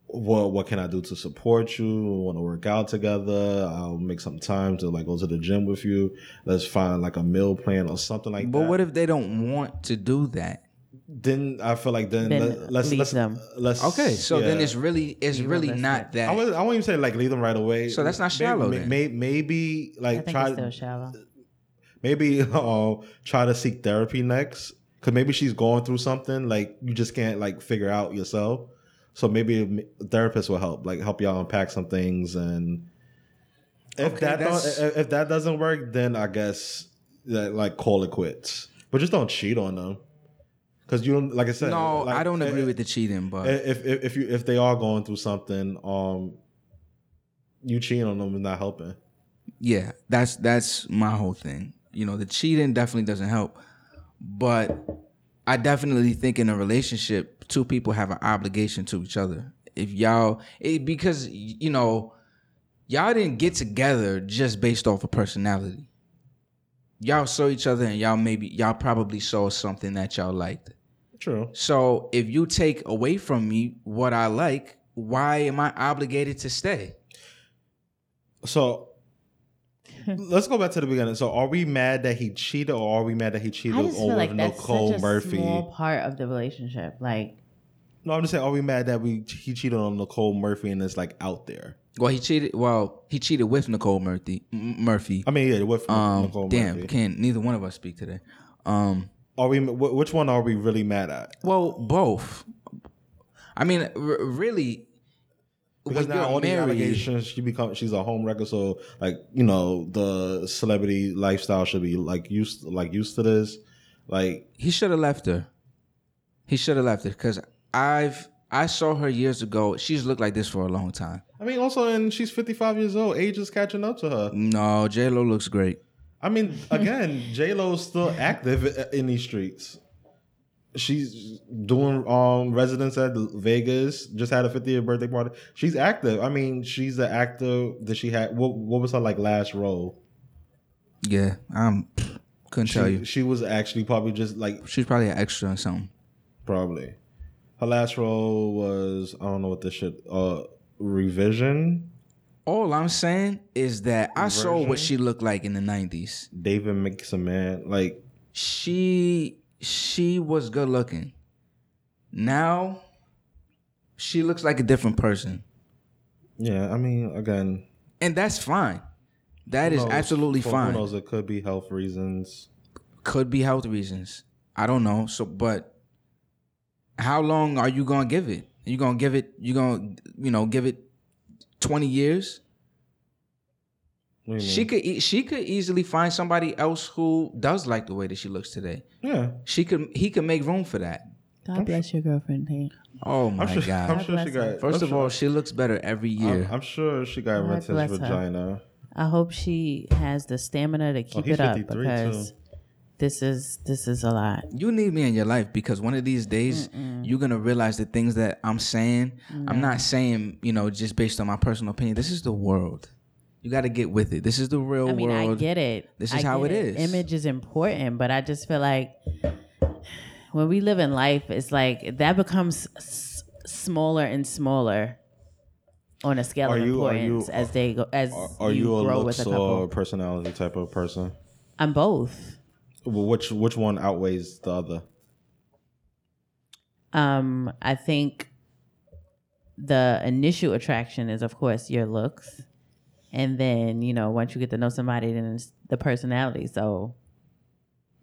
what what can I do to support you? We want to work out together. I'll make some time to like go to the gym with you. Let's find like a meal plan or something like
But
that.
what if they don't want to do that?
then I feel like then,
Then
let, let's
leave
let's,
them.
let's
Okay, so then
yeah.
it's really it's really not that.
I wouldn't, I wouldn't even say like leave them right away.
So that's not
May-
shallow
may-
then.
may- Maybe,
I
like
think it's still
try
shallow.
maybe uh, try to seek therapy next because maybe she's going through something like you just can't like figure out yourself. So maybe a m- therapist will help, like help y'all unpack some things. And if
Okay,
that don't,
that's-
if if that doesn't work, then I guess that, like call it quits. But just don't cheat on them because you don't. Like I said,
no,
like,
I don't
it-
agree with the cheating, but
if if, if you if they are going through something, um, you cheating on them is not helping.
yeah, that's that's my whole thing. You know, the cheating definitely doesn't help, but I definitely think in a relationship, two people have an obligation to each other. If y'all, it, because you know, y'all didn't get together just based off of personality. Y'all saw each other, and y'all maybe y'all probably saw something that y'all liked.
True.
So if you take away from me what I like, why am I obligated to stay?
So let's go back to the beginning. So are we mad that he cheated, or are we mad that he cheated
I just
over
feel like that's
Nicole
such a
Murphy?
small part of the relationship. Like
No, I'm just saying, are we mad that we he cheated on Nicole Murphy and it's like out there?
Well, he cheated. Well, he cheated with Nicole Murphy. M- Murphy.
I mean, yeah, with
Um,
Nicole
damn,
Murphy.
can neither one of us speak today? Um,
Are we? wh- Which one are we really mad at?
well, both. I mean, r- really,
Because
when
now
you're
all the
married-
allegations, she become she's a home wrecker. So like you know, the celebrity lifestyle should be like used like used to this. Like
he should have left her. He should have left her because I've I saw her years ago. She's looked like this for a long time.
I mean, also, and she's 55 years old. Age is catching up to her.
No, J Lo looks great.
I mean, again, J Lo's still active i- in these streets. She's doing um residence at Vegas. Just had a 50th birthday party. She's active. I mean, she's the actor that she had. What what was her like last role?
Yeah, I'm couldn't tell
She,
you.
she was actually probably just like
She's probably an extra or something.
probably. Her last role was I don't know what this shit. Uh, revision.
All I'm saying is that I saw
Version?
what she looked like in the '90s.
David makes a man like
she she was good looking. Now she looks like a different person.
yeah. I mean, again,
and that's fine. That is
knows?
absolutely
For
fine.
Who knows? It could be health reasons.
Could be health reasons. I don't know. So, but how long are you gonna give it? You gonna give it? You gonna you know give it twenty years?
What do you
She
mean?
could e- she could easily find somebody else who does like the way that she looks today.
yeah.
She could he could make room for that.
God bless your girlfriend, Hank.
Oh
I'm
my
sure.
god!
I'm sure she got.
1st
I'm
of all, she looks better every
sure-
year.
I'm, I'm sure she got
God
Renton's
bless her.
vagina.
I hope she has the stamina to keep
Oh, he's
it up
53
because
too.
this is this is a lot.
you need me in your life because one of these days you're gonna realize the things that I'm saying. I'm not saying you know just based on my personal opinion. This is the world. You got to get with it. This is the real
I mean,
world.
I get it.
This
I
is how
get
it is.
Image is important, but I just feel like when we live in life, it's like that becomes s- smaller and smaller on a scale
Are
of
you- are you-
importance as they go as
Are, are
you,
you, a
grow with a
looks
couple.
or personality type of person?
I'm both.
Well, which which one outweighs the other?
Um, I think the initial attraction is, of course, your looks, and then you know once you get to know somebody, then it's the personality. So,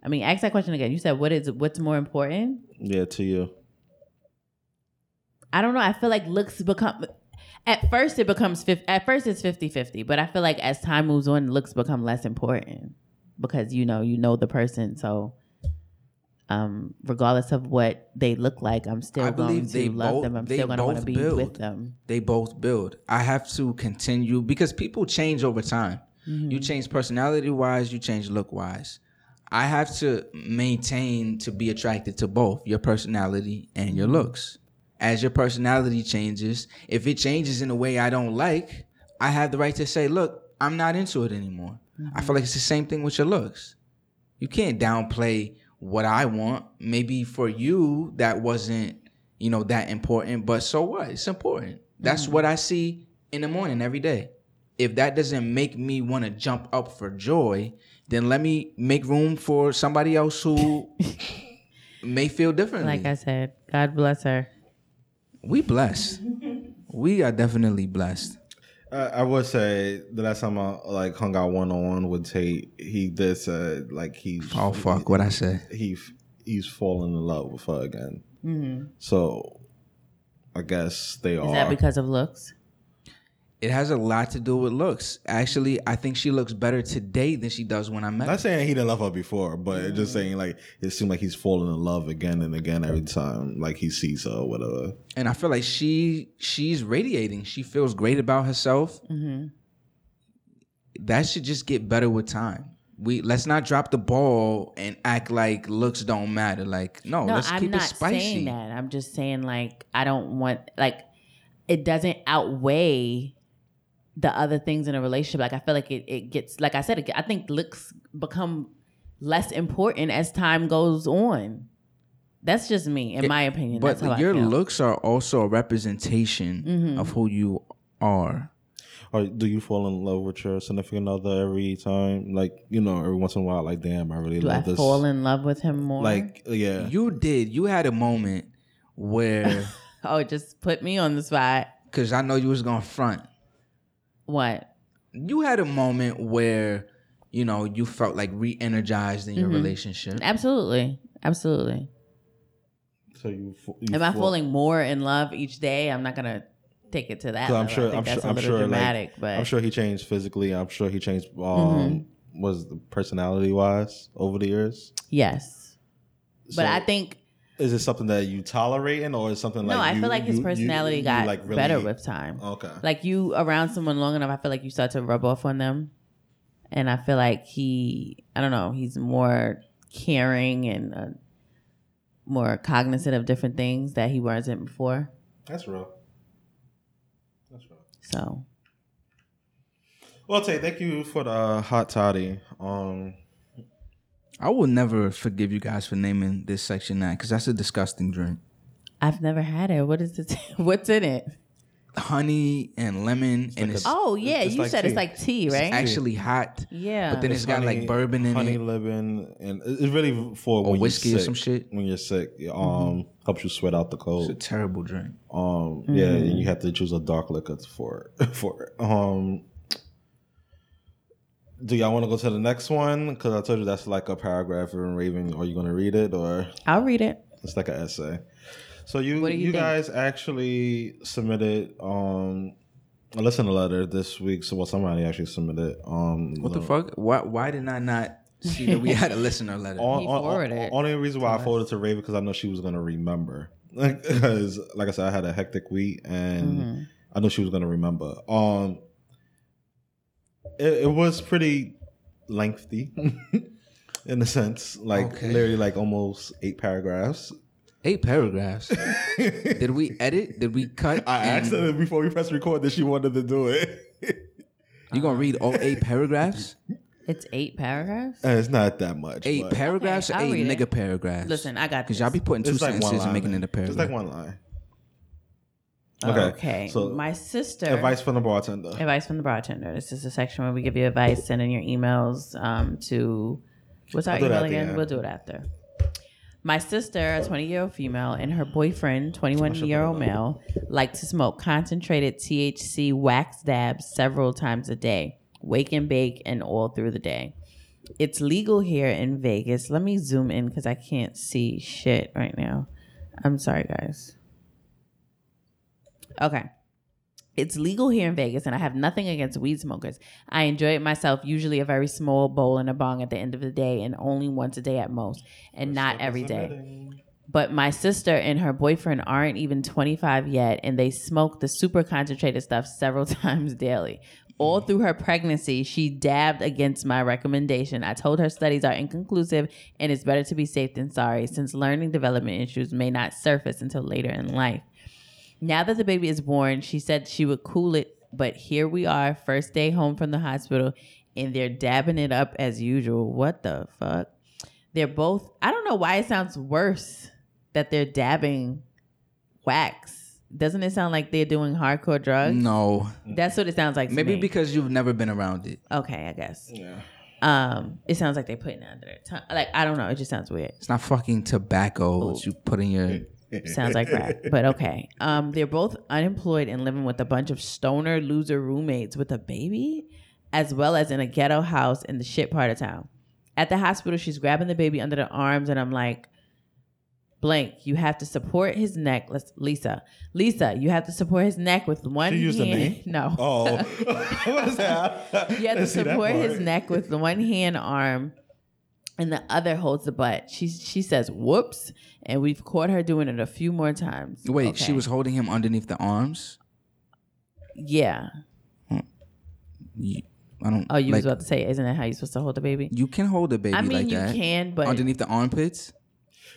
I mean, ask that question again. You said what is what's more important?
Yeah, to you.
I don't know. I feel like looks become at first it becomes fif- at first it's 50-50, but I feel like as time moves on, looks become less important because you know you know the person. So, um, regardless of what they look like, I'm still
I
going
believe
to
they
love
both-
them. I'm
they
still going to want to
both
be
build.
with them.
they both build. I have to continue because people change over time.
Mm-hmm.
You change personality wise, you change look wise. I have to maintain to be attracted to both your personality and your looks. As your personality changes, if it changes in a way I don't like, I have the right to say, look, I'm not into it anymore.
Mm-hmm.
I feel like it's the same thing with your looks. You can't downplay what I want. Maybe for you, that wasn't you know that important but so what it's important that's
Mm-hmm.
what i see in the morning every day if that doesn't make me want to jump up for joy then let me make room for somebody else who may feel differently
Like I said, God bless her.
we blessed we are definitely blessed
I, I would say the last time I like hung out one on one with Tate, he did say like he
oh fuck what i said
he he's fallen in love with her again. So I guess they
Mm-hmm. Is
are.
that because of looks?
it has a lot to do with looks actually i think she looks better today than she does when i met her.
not saying he didn't love her before, but it's just saying like it seemed like he's falling in love again and again every time like he sees her or whatever.
and I feel like she she's radiating. She feels great about herself.
Mm-hmm.
That should just get better with time. We let's not drop the ball and act like looks don't matter. Like
Oh,
no,
No,
let's
I'm
keep
not
it spicy.
saying that. I'm just saying like I don't want like it doesn't outweigh the other things in a relationship. Like I feel like it, it gets like I said, it, get- I think looks become less important as time goes on. That's just me, in my opinion. That's how
But your
I feel. Mm-hmm.
looks are also a representation of who you are.
Or do you fall in love with your significant other every time? Like you know, every once in a while, like damn, I really
Do I
love this.
fall in love with him more?
like yeah,
You did. You had a moment where
oh, it just put me on the spot.
because I know you was gonna front.
What?
You had a moment where you know you felt like re-energized in your relationship.
Absolutely, absolutely.
So you, f- you
Am I
fall-
falling more in love each day? I'm not gonna take it to that.
So
level.
I'm sure.
I think
I'm
that's
sure.
a
I'm
little
sure.
dramatic,
like,
but
I'm sure he changed physically. I'm sure he changed. Um,
Mm-hmm.
was the personality wise over the years?
yes. But
So-
I think
Is it something that you tolerating, or is something like
no. I
you-
feel like his
you- you-
personality
you,
got
like, really- uh,
better with time.
Okay.
Like you around someone long enough, I feel like you start to rub off on them, and I feel like he, I don't know, he's more caring and uh, more cognizant of different things that he wasn't before.
That's real. That's real.
So
Well, Tay, thank you for the uh, hot toddy. Um,
I will never forgive you guys for naming this section that because that's a disgusting drink.
I've never had it. What is it? What's in it?
Honey and lemon, and it's
Oh yeah,
it's
you
like
said
tea.
it's like tea, right?
actually hot,
yeah.
but then it's got like bourbon in
honey
it.
lemon, and it- it's really for when
whiskey
you're
or
sick.
some shit.
When you're sick, um,
Mm-hmm.
helps you sweat out the cold.
It's a terrible drink.
Mm.
Um, yeah, and you have to choose a dark liquor for for um Do y'all want to go to the next one? Because I told you that's like a paragraph in Raven. Are you going to read it or
I'll read it.
it's like an essay? So you
What do
you,
you think?
guys actually submitted um a listener letter this week. So well, somebody actually submitted um
What the
the-
fuck? Why why did I not see that we had a listener letter?
On,
He
on-
forwarded
on-
it
only reason why I forwarded to Raven because I know she was gonna remember. Because like I said, I had a hectic week and
Mhm.
I know she was gonna remember. Um, it, it was pretty lengthy, in a sense, like
Okay.
literally like almost eight paragraphs.
Eight paragraphs.
I
Did we edit? Did we cut? And
asked her before we pressed record that she wanted to do it.
You gonna read all eight paragraphs?
It's eight paragraphs.
And it's not that much.
Eight
but
paragraphs
I'll
or eight
read it.
nigga paragraphs?
Listen, I got
because
this.
y'all be putting two
It's like one
sentences
line.
and making it a paragraph.
Just like one line.
Oh, okay.
So
my sister.
advice from the bartender.
Advice from the bartender. This is a section where we give you advice. Send in your emails um, to what's our
I'll do it
email
at the
again?
end.
We'll do it after. My sister, a 20 year old female, and her boyfriend, 21 year old male, like to smoke concentrated THC wax dabs several times a day, wake and bake, and all through the day. It's legal here in Vegas. Let me zoom in because I can't see shit right now. I'm sorry, guys. Okay. It's legal here in Vegas, and I have nothing against weed smokers. I enjoy it myself, usually a very small bowl and a bong at the end of the day, and only once a day at most, and not every day. But my sister and her boyfriend aren't even 25 yet, and they smoke the super concentrated stuff several times daily. All through her pregnancy, she dabbed against my recommendation. I told her studies are inconclusive and it's better to be safe than sorry, since learning development issues may not surface until later in life. Now that the baby is born, she said she would cool it, but here we are, first day home from the hospital, and they're dabbing it up as usual. What the fuck? They're both, I don't know why it sounds worse that they're dabbing wax. Doesn't it sound like they're doing hardcore drugs?
No,
That's what it sounds like. to
maybe
me.
because you've never been around it.
Okay, I guess.
Yeah.
Um, it sounds like they're putting it under their tongue. Like, I don't know. It just sounds weird.
It's not fucking tobacco
Oh.
that you put in your.
Sounds like crap, but okay. Um, they're both unemployed and living with a bunch of stoner loser roommates with a baby, as well as in a ghetto house in the shit part of town. At the hospital, she's grabbing the baby under the arms, and I'm like, blank, you have to support his neck. Let's, Lisa, Lisa, you have to support his neck with one.
She used a
hand.
name?
No.
Oh, what is that?
You have to
Let's see that
support his
part.
neck with the one hand arm and the other holds the butt. She she says, whoops. And we've caught her doing it a few more times.
Wait, she
Okay.
was holding him underneath the arms.
Yeah.
You- I don't.
Oh, you
like,
was about to say, isn't that how you're supposed to hold a baby?
You can hold a baby
I mean,
like
you
that
can, but
underneath the armpits.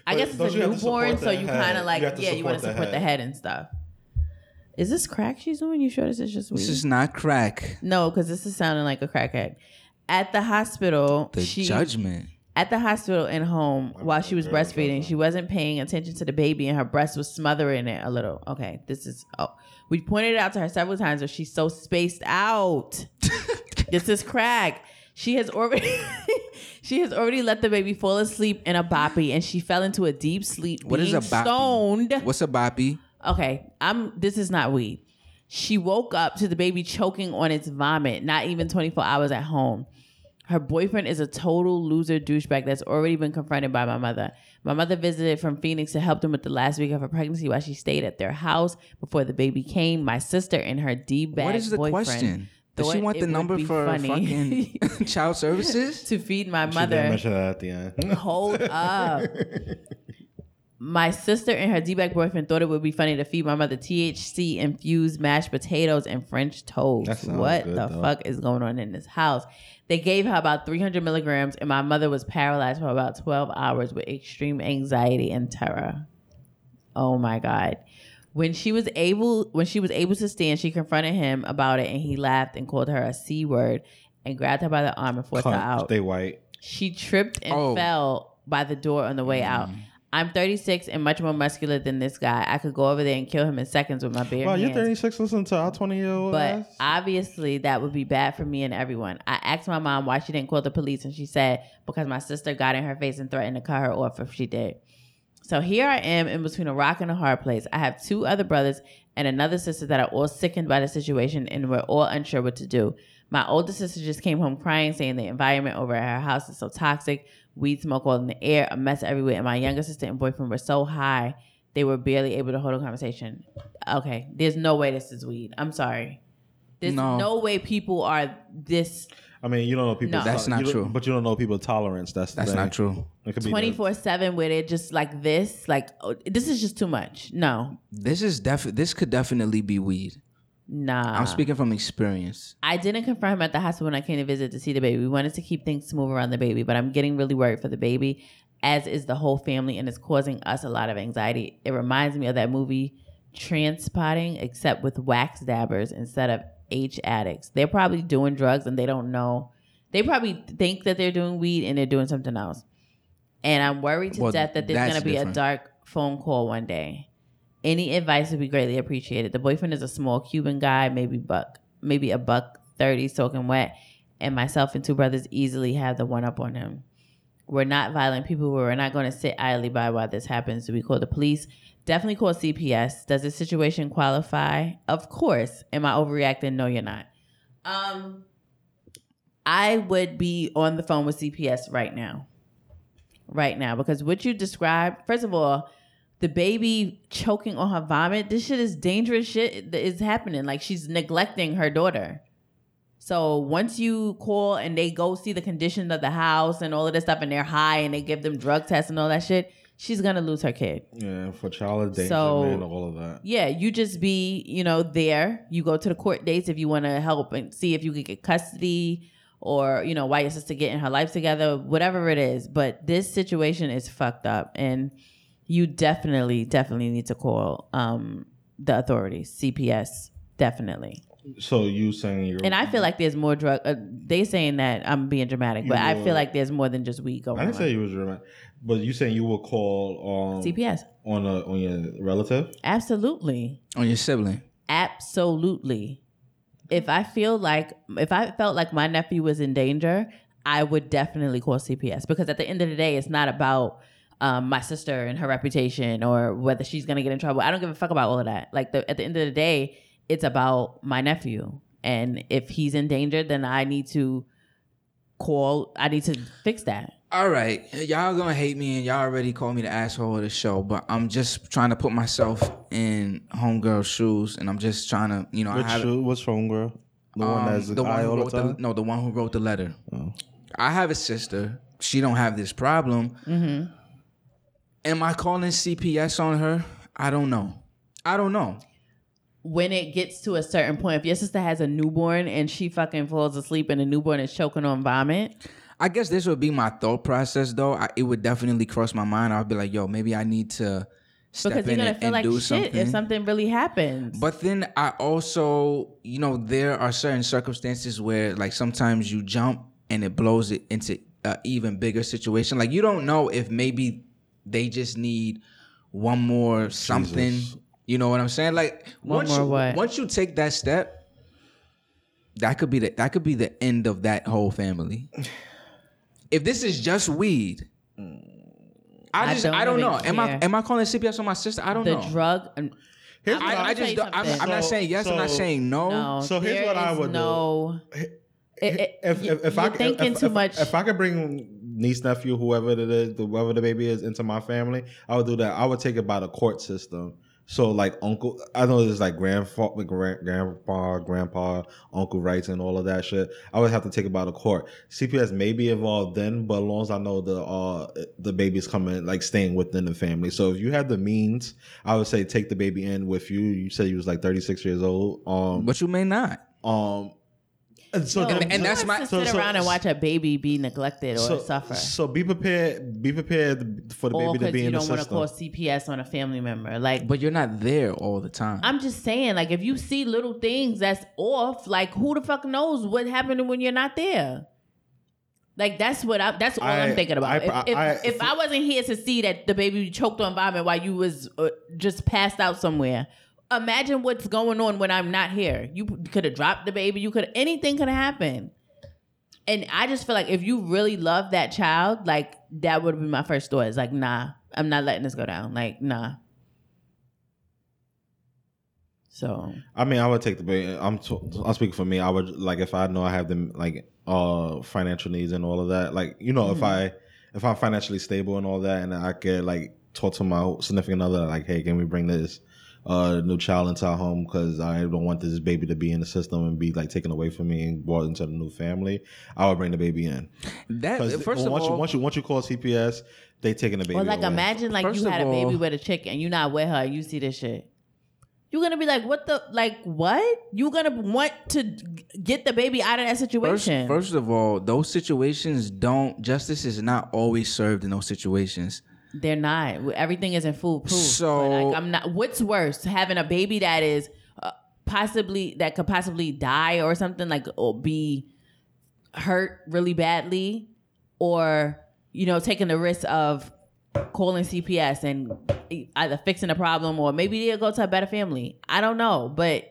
I
But
guess it's
don't
a
you have to support
newborn, so
the
you
head?
kind of like,
You have to
yeah, you want to
support the
support the head
head.
and stuff. Is this crack she's doing? You sure this is just weed?
This is not crack.
no, because this is sounding like a crackhead. At the hospital,
The
she
judgment.
At the hospital and home while she was
okay, okay,
breastfeeding,
okay.
she wasn't paying attention to the baby and her breast was smothering it a little. Okay, this is oh. We pointed it out to her several times but she's so spaced out. this is crack. She has already she has already let the baby fall asleep in a boppy and she fell into a deep sleep
What is
being
a boppy?
stoned.
What's a boppy?
Okay, I'm this is not weed. She woke up to the baby choking on its vomit, not even 24 hours at home. Her boyfriend is a total loser douchebag that's already been confronted by my mother. My mother visited from Phoenix to help them with the last week of her pregnancy while she stayed at their house before the baby came. My sister and her D bag.
What is the
boyfriend
question? Does
thought
she want
it
the
would
number
be
for
funny
fucking child services?
To feed my
She didn't
mother.
mention that at the end.
Hold up. My sister and her D-back boyfriend thought it would be funny to feed my mother THC infused mashed potatoes and French
That
toast.
sounds
What
good,
the
though.
fuck is going on in this house? They gave her about 300 milligrams, and my mother was paralyzed for about 12 hours with extreme anxiety and terror. Oh my god. When she was able when she was able to stand, she confronted him about it and he laughed and called her a C word and grabbed her by the arm and forced her
Cunt,
out.
stay white.
She tripped and
Oh.
fell by the door on the way out.
Mm.
I'm 36 and much more muscular than this guy. I could go over there and kill him in seconds with my bare
Wow, you're
hands.
36. Listen to our 20 year old.
But obviously, that would be bad for me and everyone. I asked my mom why she didn't call the police, and she said because my sister got in her face and threatened to cut her off if she did. So here I am in between a rock and a hard place. I have two other brothers and another sister that are all sickened by the situation, and we're all unsure what to do. My older sister just came home crying, saying the environment over at her house is so toxic, weed smoke all in the air, a mess everywhere. And my younger sister and boyfriend were so high, they were barely able to hold a conversation. Okay, there's no way this is weed. I'm sorry. There's
No.
no, way people are this
I mean, you don't know people.
No.
That's not
you don't-
true.
But you don't know people tolerance. That's the
That's
thing.
not true.
It could be the-
24 7 where they're just like this. Like, oh, this is just too much. No,
This is def. This could definitely be weed.
nah.
I'm speaking from experience.
I didn't confirm at the hospital when I came to visit to see the baby. We wanted to keep things smooth around the baby, but I'm getting really worried for the baby, as is the whole family, and it's causing us a lot of anxiety. It reminds me of that movie Transpotting, except with wax dabbers instead of H addicts. They're probably doing drugs and they don't know. They probably think that they're doing weed and they're doing something else. And I'm worried to
Well,
death that there's
that's
going to be
different.
a dark phone call one day. Any advice would be greatly appreciated. The boyfriend is a small Cuban guy, maybe buck, maybe a buck thirty, soaking wet, and myself and two brothers easily have the one up on him. We're not violent people. We're not going to sit idly by while this happens. Do we call the police? Definitely call CPS. Does this situation qualify? Of course. Am I overreacting? No, you're not. Um, I would be on the phone with CPS right now. Right now, because what you described, first of all, the baby choking on her vomit, this shit is dangerous shit that is happening. Like she's neglecting her daughter. So once you call and they go see the condition of the house and all of this stuff and they're high and they give them drug tests and all that shit, she's gonna lose her kid.
Yeah, for child endangerment
So-
and all of that.
Yeah, you just be, you know, there. You go to the court dates if you want to help and see if you could get custody or, you know, why your sister getting her life together, whatever it is. But this situation is fucked up and you definitely, definitely need to call um, the authorities, CPS, definitely.
So you saying you're
And I feel like there's more drug. Uh, they saying that I'm being dramatic, but I
You
feel
are.
like there's more than just weed going
I didn't
on.
say you was dramatic, but you saying you will call um
CPS,
on a on your relative.
absolutely.
On your sibling.
Absolutely. If I feel like if I felt like my nephew was in danger, I would definitely call CPS because at the end of the day, it's not about um, my sister and her reputation or whether she's gonna get in trouble. I don't give a fuck about all of that. Like the, at the end of the day, it's about my nephew, and if he's in danger, then I need to call. I need to fix that.
All right, y'all gonna hate me, and y'all already called me the asshole of the show. But I'm just trying to put myself in homegirl's shoes, and I'm just trying to, you know, I
What's
have
your, what's wrong, girl? The one
um,
that's
the one
eye
who
all
wrote
the
the
time.
no, the one who wrote the letter.
Oh.
I have a sister. She don't have this problem.
Mm-hmm.
Am I calling CPS on her? I don't know. I don't know.
when it gets to a certain point, if your sister has a newborn and she fucking falls asleep and the newborn is choking on vomit,
I guess this would be my thought process, though. I, it would definitely cross my mind. I'd be like, "Yo, maybe I need to step
because you're
in
gonna
and,
feel
and
like
do
shit if
something."
something really happens.
But then I also, you know, there are certain circumstances where, like, sometimes you jump and it blows it into an even bigger situation. Like, you don't know if maybe they just need one more something. You know what I'm saying? Like,
One
once
more
you,
what?
once you take that step, that could be the that could be the end of that whole family. If this is just weed. I
Mm. I
just
don't
I don't,
even
know. Am I
care.
am I calling CPS on my sister? I don't
the
know.
drug, and-
Here's
I-
what
I, I just don't, I'm, I'm not
So-
saying yes. I'm not
so-
saying no.
no.
So here's
there
what I
is
would do.
no, It- it-
if,
you-
if, if
you're
I c-
thinking
if,
too
if-
much.
if I could bring niece, nephew, whoever it is, the- whoever the baby is, into my family, I would do that. I would take it by the court system. So like uncle, I know there's like grandfa, grand, grandpa, grandpa, uncle rights and all of that shit. I would have to take it by the court. CPS may be involved then, but as long as I know the uh the baby's coming, like staying within the family. So if you have the means, I would say take the baby in with you. You said you was like 36 years old. Um,
But you may not.
um, and so
No,
then-
and
who
that's
wants
my-
to
so-
sit
so-
around and watch a baby be neglected or suffer.
So be prepared. Be prepared for the
All
baby to
because
be
you
in the
don't want to
system.
call CPS on a family member. Like,
But you're not there all the time.
I'm just saying, like, if you see little things that's off, like, who the fuck knows what happened when you're not there? Like, that's what I, that's all I,
I-
am thinking about.
I-
if, if,
I-
if I wasn't here to see that the baby choked on vomit while you was uh, just passed out somewhere, imagine what's going on when I'm not here. You could have dropped the baby. You could anything could have happened. And I just feel like if you really love that child, like that would be my first thought. It's like, nah, I'm not letting this go down. Like, nah. So
I mean, I would take the bait. I'm t- I'm speaking for me. I would like if I know I have the like uh financial needs and all of that. Like you know,
Mm-hmm.
if I if I'm financially stable and all that, and I could like talk to my significant other, like, hey, can we bring this uh new child into our home because I don't want this baby to be in the system and be like taken away from me and brought into the new family. I would bring the baby in
That
because
first of
once
all,
you once you once you call CPS, they taking the baby.
Well, like
away.
imagine like
First
you
of
had a baby
all-
with a chick and you not with her. You see this shit. You're gonna be like, what the like what? You're gonna want to g- get the baby out of that
First,
situation.
first of all, those situations don't justice is not always served in those situations.
They're not. Everything isn't foolproof. But,
So-
like, I'm not. What's worse, having a baby that is uh, possibly that could possibly die or something like or be hurt really badly, or you know taking the risk of calling CPS and e, either fixing the problem or maybe they'll go to a better family. I don't know, but.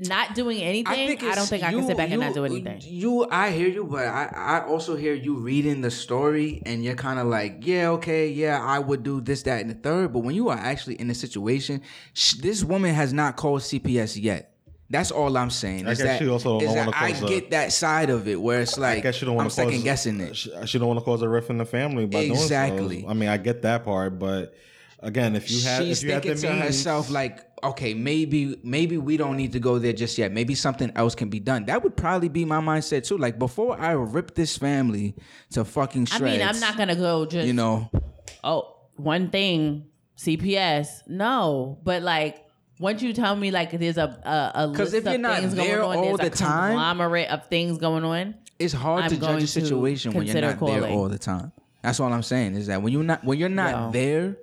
Not doing anything. I,
it's-
don't think I can
you-
sit back and not
you-
do anything.
You, I hear you, but I, I also hear you reading the story, and you're kind of like, yeah, okay, yeah, I would do this, that, and the third. But when you are actually in the situation, sh- this woman has not called CPS yet. That's all I'm saying.
I
is
guess
that,
she also
is
don't
that
wanna
I
cause a-
get that side of it where it's like
I guess you don't
I'm
want to
second guessing it.
She, she don't want to cause a rift in the family by doing
Exactly.
so. I mean, I get that part, but again, if you have,
she's
if you have the
thinking to
means,
herself like okay maybe maybe we don't need to go there just yet maybe something else can be done that would probably be my mindset too like before i rip this family to fucking
I
shreds
mean, I'm not gonna go just
you know
oh, one thing, CPS. No, but like once you tell me like there's a a, a
'Cause
list
if you're
of
not
things
there
going on,
all
there's a
the time-
conglomerate of things going on.
it's hard
I'm
to
going
judge
to
a situation when you're
consider
not there
calling.
all the time that's all i'm saying is that when you're not when you're not
No.
there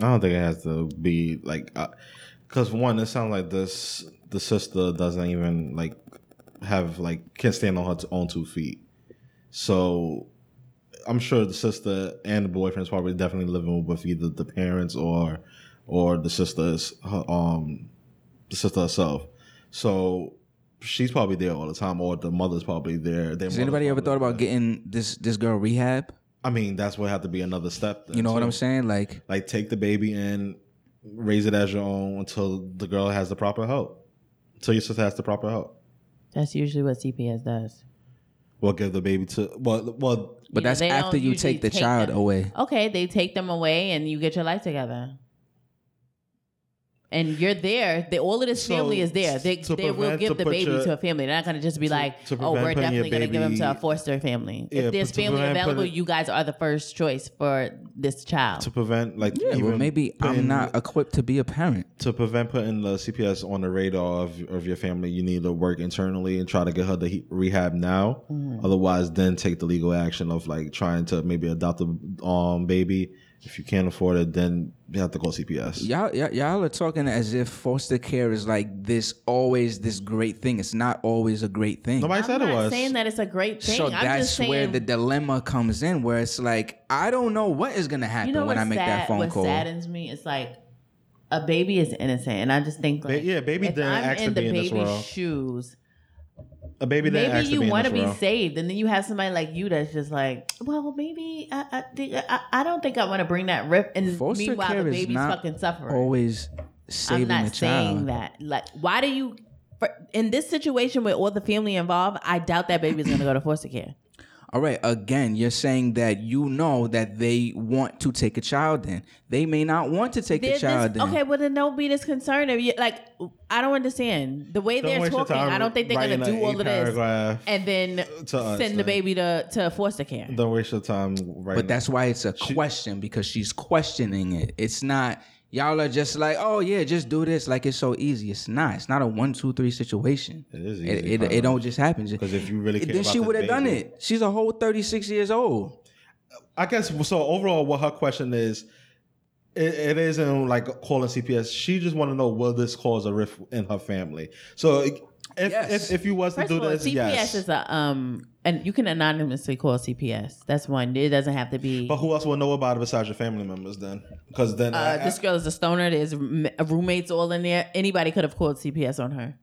I don't think it has to be like, because one, it sounds like this the sister doesn't even like have like can't stand on her t- own two feet, so. I'm sure the sister and the boyfriend's probably definitely living with either the parents or, or the sister's her- um, the sister herself. So she's probably there all the time, or the mother's probably there. Their
has
mother's
anybody ever
probably
thought about
there.
getting this this girl rehab
I mean, that's what have to be another step. Then,
you know what
too.
i'm saying like
Like, take the baby and raise it as your own until the girl has the proper help, until your sister has the proper help.
That's usually what CPS does.
Well, give the baby to well, well.
but
You know,
that's
they don't
after you
usually
take the child
them.
away
Okay, they take them away and you get your life together. And you're there. They, all of this
So,
family is there. They,
to
they will
prevent- to
give the
put
baby
your-
to a family. They're not going to just be
to-
like,
to
oh,
prevent
we're
putting your
definitely going to give them to a
baby-
foster family.
Yeah,
if there's
but to
family
prevent
available,
putting-
you guys are the first choice for this child.
To prevent, like,
yeah, well,
even
maybe
putting-
i'm not equipped to be a parent
to prevent putting the CPS on the radar of, of your family, you need to work internally and try to get her to he- rehab now.
Mm-hmm.
Otherwise, then take the legal action of like trying to maybe adopt a um baby. If you can't afford it, then you have to call CPS.
Y'all, y'all, y'all are talking as if foster care is like this always this great thing. It's not always a great thing.
Nobody
I'm
said it
not
was.
saying that it's a great thing.
so
I'm just
that's
saying,
where the dilemma comes in, where it's like I don't know what is gonna happen
you know
when
what's
I make
sad,
that phone
what
call.
saddens me is like a baby is innocent, and I just think like
yeah, baby
if
didn't
I'm
ask to
in the
be in this
baby's
world.
shoes.
A baby that
Maybe
asked to
you
be in
want
this
to be
world.
saved, and then you have somebody like you that's just like, well, maybe I I, think, I, I don't think I want to bring that rip. And
Foster
meanwhile,
care
the
is
baby's
not
fucking suffering.
Always
I'm
saving the
not
child.
saying that. Like, why do you? For, in this situation with all the family involved, I doubt that baby's gonna go to foster care.
All right, again, you're saying that you know that they want to take a child in. They may not want to take
They're
the child
this,
in.
okay, well then don't be this concerned. If you, like, I don't understand the way
Don't
they're
waste your
talking.
time
I don't think they're gonna
writing
do
a
all of this
paragraph.
and then
to us,
send the
like-
baby to to foster care.
Don't waste your time writing.
But that's why it's a question because she's questioning it. It's not y'all are just like, oh yeah, just do this like it's so easy. It's not. It's not a one two three situation.
It is
It
easy,
it, it
Carlos.
don't just happen.
'Cause if you really care
then
about
she
this
would have done
baby-
it. She's a whole thirty six years old.
I guess so. Overall, what her question is, it, it isn't like calling CPS. She just want to know will this cause a rift in her family. So if
Yes.
if, if you was to
First
do
of all,
this,
CPS
yes.
is a um, and you can anonymously call CPS. That's one. It doesn't have to be.
but who else will know about it besides your family members then? Because then
Uh, this girl is a stoner. There's m- uh, roommates all in there. Anybody could have called CPS on her.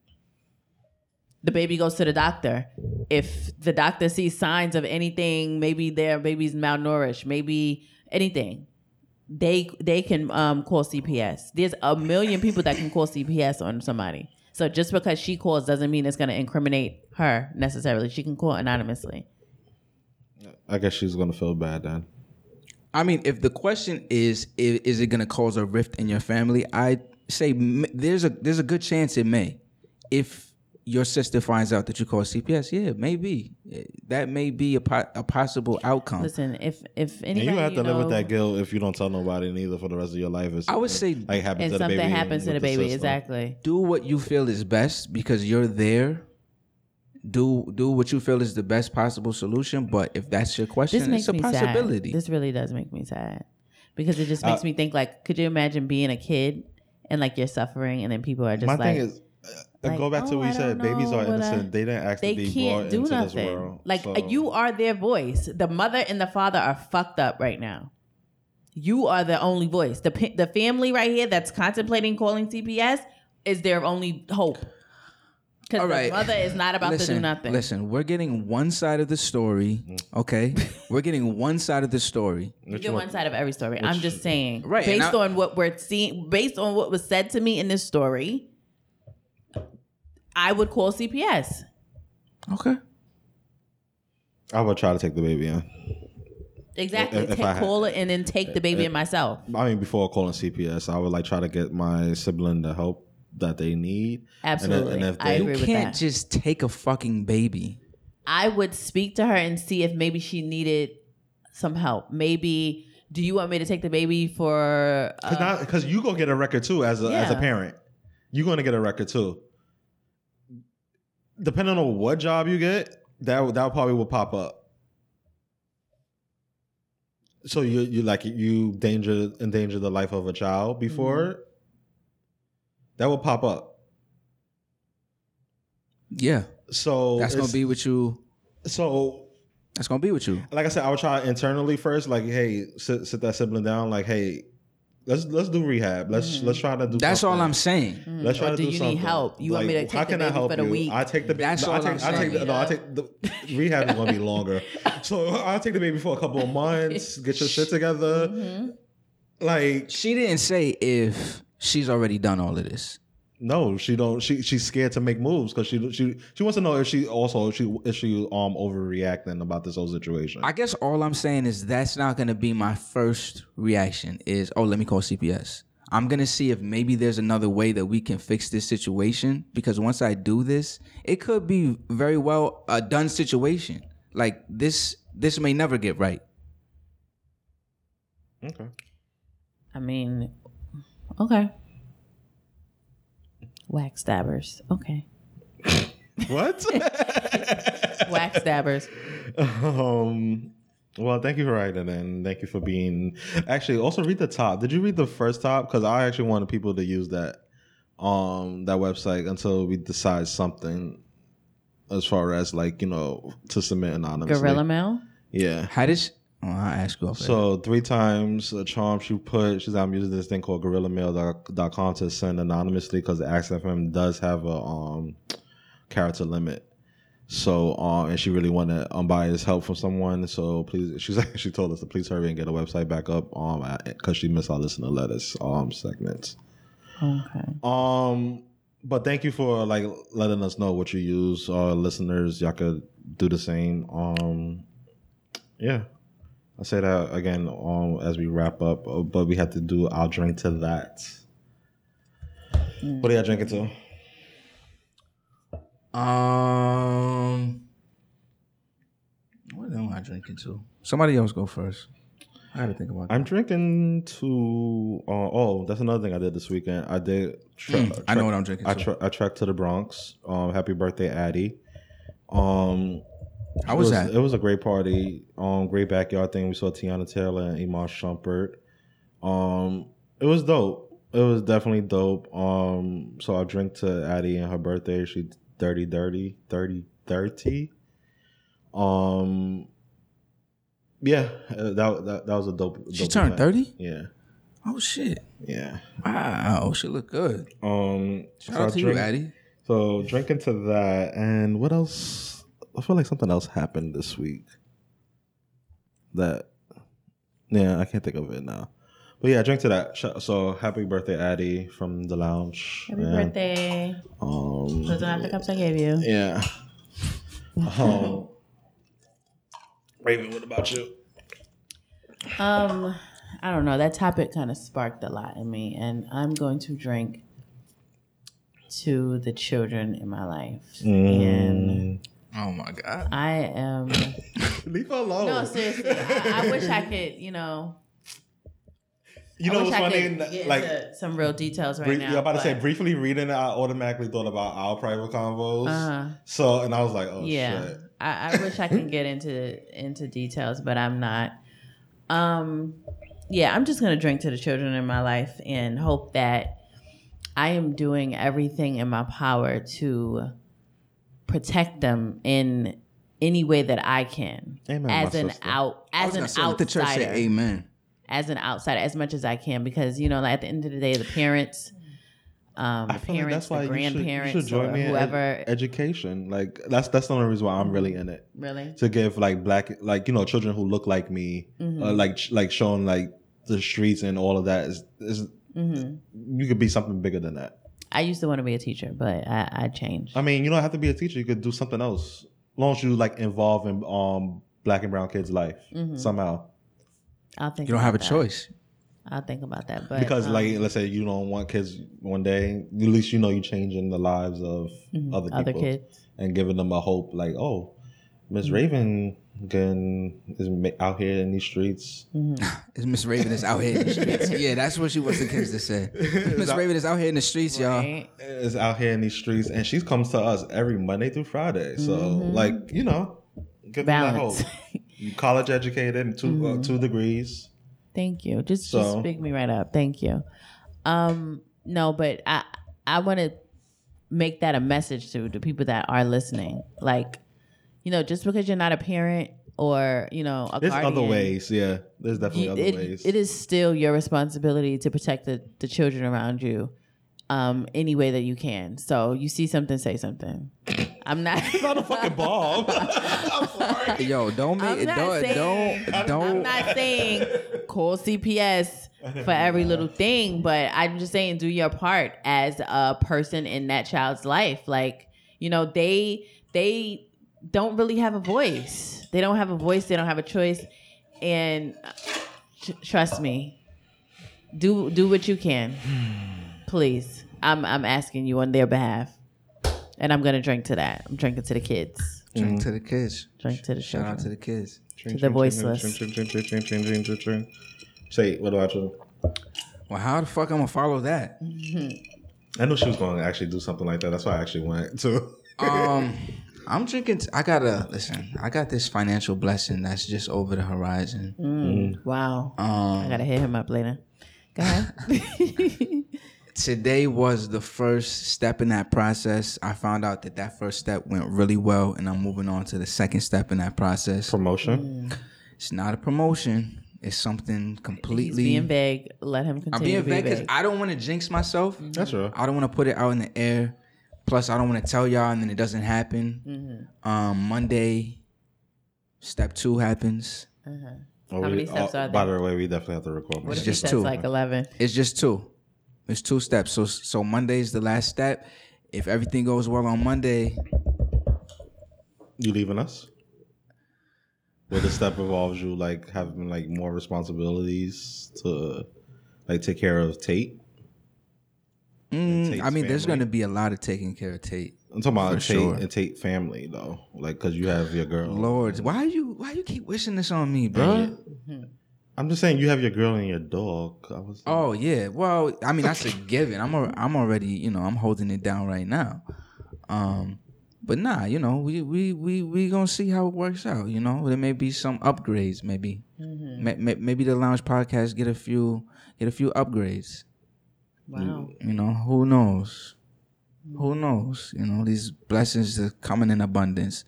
The baby goes to the doctor. If the doctor sees signs of anything, maybe their baby's malnourished, maybe anything, they they can um, call CPS. There's a million people that can call CPS on somebody. So just because she calls doesn't mean it's going to incriminate her necessarily. She can call anonymously.
I guess she's gonna feel bad then.
I mean, if the question is, is, is it going to cause a rift in your family? I say m- there's a there's a good chance it may. If your sister finds out that you call CPS, yeah, maybe Eh, that may be a, po- a possible outcome.
Listen, if if
And
anybody
you have to live with
know-
that guilt if you don't tell nobody neither for the rest of your life. It's,
I would say-
like happens
if
to the
something
baby
happens to the
with
baby,
system.
exactly.
do what you feel is best because you're there. Do do what you feel is the best possible solution. But if that's your question,
This makes
it's a
me
possibility.
sad. This really does make me sad because it just
Uh,
makes me think. Like, could you imagine being a kid and like you're suffering, and then people are just
My
like,
thing is, uh,
like,
go back to
oh,
what
I
you said.
don't
Babies
know
are
what I-
innocent. they didn't ask
they
to be
can't
brought
do
into
nothing.
this world.
like uh,
so-
you are their voice. The mother and the father are fucked up right now. You are the only voice. The pa- the family right here that's contemplating calling CPS is their only hope. Because
All
the
right.
mother is not about
listen,
to do nothing.
Listen, we're getting one side of the story. Okay, we're getting one side of the story.
You get one side of every story. I'm just saying,
Right, and
Based
I-
on what we're seeing, based on what was said to me in this story, I would call CPS.
Okay.
I would try to take the baby in.
Exactly,
If- if
Take-
I had-
call it and then take the baby and myself.
I mean, before calling CPS, I would like try to get my sibling the help that they need. And then-
Absolutely,
And, if
I
they,
agree with
Can't
that.
just take a fucking baby.
I would speak to her and see if maybe she needed some help. Maybe, do you want me to take the baby for? Uh,
because you gonna get a record too as a as a
Yeah.
parent. You're gonna get a record too. Depending on what job you get, that that probably will pop up. So you you like you danger endanger the life of a child before
Mm-hmm.
that will pop up.
Yeah,
So
that's gonna
it's-
be with you.
so
That's gonna be with you.
like I said, I would try internally first. Like, hey, sit, sit that sibling down. Like, hey, let's let's do rehab. Let's let's try to do.
Mm-hmm. That's all
something.
I'm saying.
Let's try
Mm. Or
to
do
do,
you need
something.
help? You want me to take the baby for the
you?
week?
I take the baby.
That's
no,
all
I
I'm
take, I take
saying.
the, no, I take the rehab is gonna be longer. So I'll take the baby for a couple of months. Get your shit together.
Mm-hmm.
Like,
She didn't say if she's already done all of this.
no, she don't. She she's scared to make moves because she she she wants to know if she also if she if she um overreacting about this whole situation.
I guess all I'm saying is that's not gonna be my first reaction. Is oh, let me call CPS. I'm gonna see if maybe there's another way that we can fix this situation because once I do this, it could be very well a done situation. Like this, this may never get right.
okay.
I mean, okay. Wax stabbers. Okay.
What?
Wax stabbers.
Um. Well, thank you for writing and thank you for being. Actually, also read the top. Did you read the first top? Because I actually wanted people to use that, um, that website until we decide something, as far as like you know to submit anonymously.
Gorilla mail.
Yeah.
How does? Oh, I ask you. off air.
So three times a charm she put. She's I'm using this thing called GorillaMail.com to send anonymously because the XFM does have a um character limit. So um, and she really wanted unbiased help from someone. So please, she's she told us to please hurry and get a website back up. Um, because she missed our listener letters um segments.
Okay.
Um, but thank you for like letting us know what you use. Our listeners, y'all could do the same. Um, yeah, I say that again. Um, as we wrap up, uh, but we have to do. I'll drink to that. What are y'all drinking to?
Um, what am I drinking to? Somebody else go first. I gotta think about. that.
I'm drinking to. Uh, oh, that's another thing I did this weekend. I did. Tre-
Mm, I know what I'm drinking
I,
to.
tre- I trekked to the Bronx. Um, happy birthday, Addie. Um,
How was
it
that?
It was a great party. Um, great backyard thing. We saw Tiana Taylor and Iman Shumpert. Um, it was dope. It was definitely dope. Um, so I drank to Addie and her birthday. She 30, 30, 30, 30. Um, yeah, uh, that, that that was a dope.
She
dope
turned
event.
thirty.
Yeah,
Oh shit!
yeah.
Wow, she look good.
Um,
Shout
so I
out to you,
drink-
Addie.
So drink into that, and what else? I feel like something else happened this week. That, yeah, I can't think of it now. But yeah, drink to that. Sh- So happy birthday, Addie, from the lounge.
Happy
man.
birthday.
Um,
Those are not the cups I gave you.
yeah. Um, Raven, what about you?
Um, I don't know. That topic kind of sparked a lot in me, and I'm going to drink to the children in my life.
Mm.
And
Oh my god.
I am.
Leave her alone.
No, seriously. I, I wish I could, you know.
you
I
know
wish
what's
I
funny?
could get
Like,
into some real details right
bri-
now.
you're about to say
but-
briefly reading it. I automatically thought about our private convos.
Uh-huh.
So, and I was like, oh
yeah,
shit.
I, I wish I can get into into details, but I'm not. Um, yeah, I'm just gonna drink to the children in my life and hope that I am doing everything in my power to protect them in any way that I can,
Amen,
as
my
an
sister.
out
I
as
was
an
gonna say, let
outsider,
the church say amen.
as an outsider, as much as I can, because you know, like, at the end of the day, the parents. Um, the
I feel like
parents, the grandparents,
you should, you should join
or
me in ed-
whoever.
education. Like that's that's the only reason why I'm really in it
really?
to give like black like you know children who look like me
Mm-hmm.
uh, like like showing like the streets and all of that is is
Mm-hmm.
you could be something bigger than that.
I used to want to be a teacher, but I, I changed.
I mean, you don't have to be a teacher. You could do something else, as long as you like involve in um black and brown kids' life
Mm-hmm.
somehow.
I'll think
You don't have a
about that.
choice.
I'll think about that, but
Because
um,
like let's say you don't want kids one day, at least you know you're changing the lives of other people.
um, Mm-hmm. other kids,
and giving them a hope like oh
Mm.
miss raven can is ma- out here in these streets
Mm.
It's Miss Raven is out here in the streets. yeah, that's what she wants the kids to say. Miss Raven is out here in the streets,
Uh.
y'all.
right?
is out here in these streets and she comes to us every monday through friday so like you know
Mm-hmm.
give
Balance. Mm-hmm.
them that hope You college educated 2 uh, two degrees
Thank you. Just
So-
just pick me right up. Thank you. Um, no, but I I want to make that a message to the people that are listening. Like, you know, just because you're not a parent or you know a
there's
guardian,
other ways yeah there's definitely
you-
other
it-
ways
it is still your responsibility to protect the, the children around you um any way that you can so you see something say something i'm not
not a fucking bomb i'm sorry
Yo, don't
I'm
make it
not
don't
saying-
don't
i'm
don't
not saying call cps for every little thing but i'm just saying do your part as a person in that child's life like you know they they don't really have a voice they don't have a voice they don't have a choice and uh, tr- trust me do do what you can
Hmm.
please i'm i'm asking you on their behalf and i'm gonna drink to that i'm drinking to the kids
drink to the kids.
drink to the
Shout out to
children
the kids.
to the voiceless
say what about you
Well, how the fuck I'm gonna follow that?
i knew she was going to actually do something like that that's why i actually went to
Um, I'm drinking. T- I gotta listen. I got this financial blessing that's just over the horizon.
wow I
Um,
gotta hit him up later. Go ahead.
today was the first step in that process. I found out that that first step went really well, and I'm moving on to the second step in that process.
promotion
It's not a promotion. It's something
He's being
completely.
vague. Let him continue.
I'm being
to be
vague because
vague.
I don't want to jinx myself.
Mm-hmm.
That's real.
I don't want to put it out in the air. Plus, I don't want to tell y'all and then it doesn't happen.
Mm-hmm.
Um, Monday, step two happens.
Well,
How
we-
many steps
oh,
are
By
there?
the way, we definitely have to record.
What
more.
if
just
he says
two.
like eleven?
It's just two. It's two steps. So so Monday's the last step. If everything goes well on Monday,
you leaving us? Well, the step involves you like having like more responsibilities to like take care of Tate.
mm,
Tate's
I mean, there's
family.
going to be a lot of taking care of Tate.
I'm talking about
For
Tate
sure.
and Tate family though, like because you have your girl.
Lords, why you why you keep wishing this on me, bro?
Mm-hmm.
I'm just saying you have your girl and your dog. I was
Oh yeah. Well, I mean, that's a given. I'm al- I'm already you know I'm holding it down right now. Um, but nah, you know we we we we gonna see how it works out. You know there may be some upgrades, maybe May- may- maybe the lounge podcast get a few get a few upgrades.
Wow.
You know, who knows? Who knows? You know, these blessings are coming in abundance.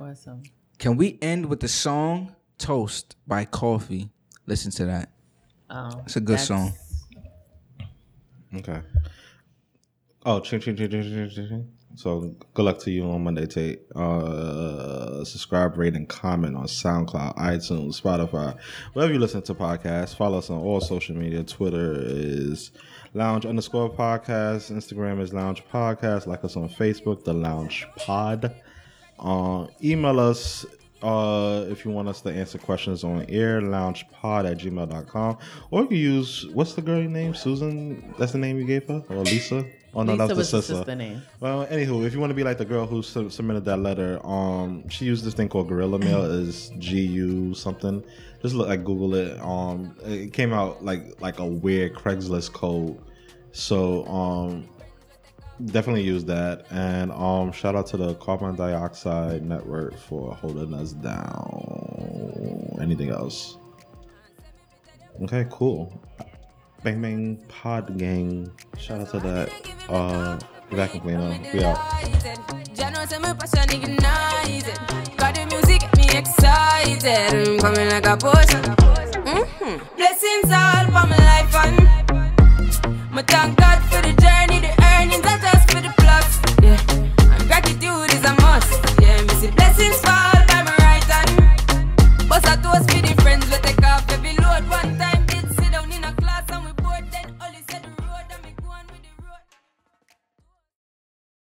Awesome.
Can we end with the song Toast by Coffee? Listen to that.
Oh,
It's a good
that's-
song.
okay. Oh, ching, ching, ching, ching, ching, ching, ching. so good luck to you on Monday, Tate. Uh, uh, subscribe, rate, and comment on SoundCloud, iTunes, Spotify, wherever you listen to podcasts. Follow us on all social media. Twitter is Lounge underscore podcast. Instagram is Lounge Podcast. Like us on Facebook, The Lounge Pod. Uh, email us uh, if you want us to answer questions on air, loungepod at gmail.com. Or you can use, what's the girl name? Susan? That's the name you gave her? Or Lisa? Oh, no,
Lisa
that was the
was the
sister.
sister name.
Well, anywho, if you want to be like the girl who su- submitted that letter, um, she used this thing called Gorilla Mail. Is G U something? Just look like Google it. Um, it came out like like a weird Craigslist code. So um, definitely use that. And um, shout out to the Carbon Dioxide Network for holding us down. Anything else? Okay, cool. Bang Bang Pod Gang. Shout out to that uh, vacuum cleaner. We out.
Jano say my passion ignited. Got the music get me excited. I'm coming like a Mm-hmm. potion. hmm Blessings all for my life and my thank God for the journey.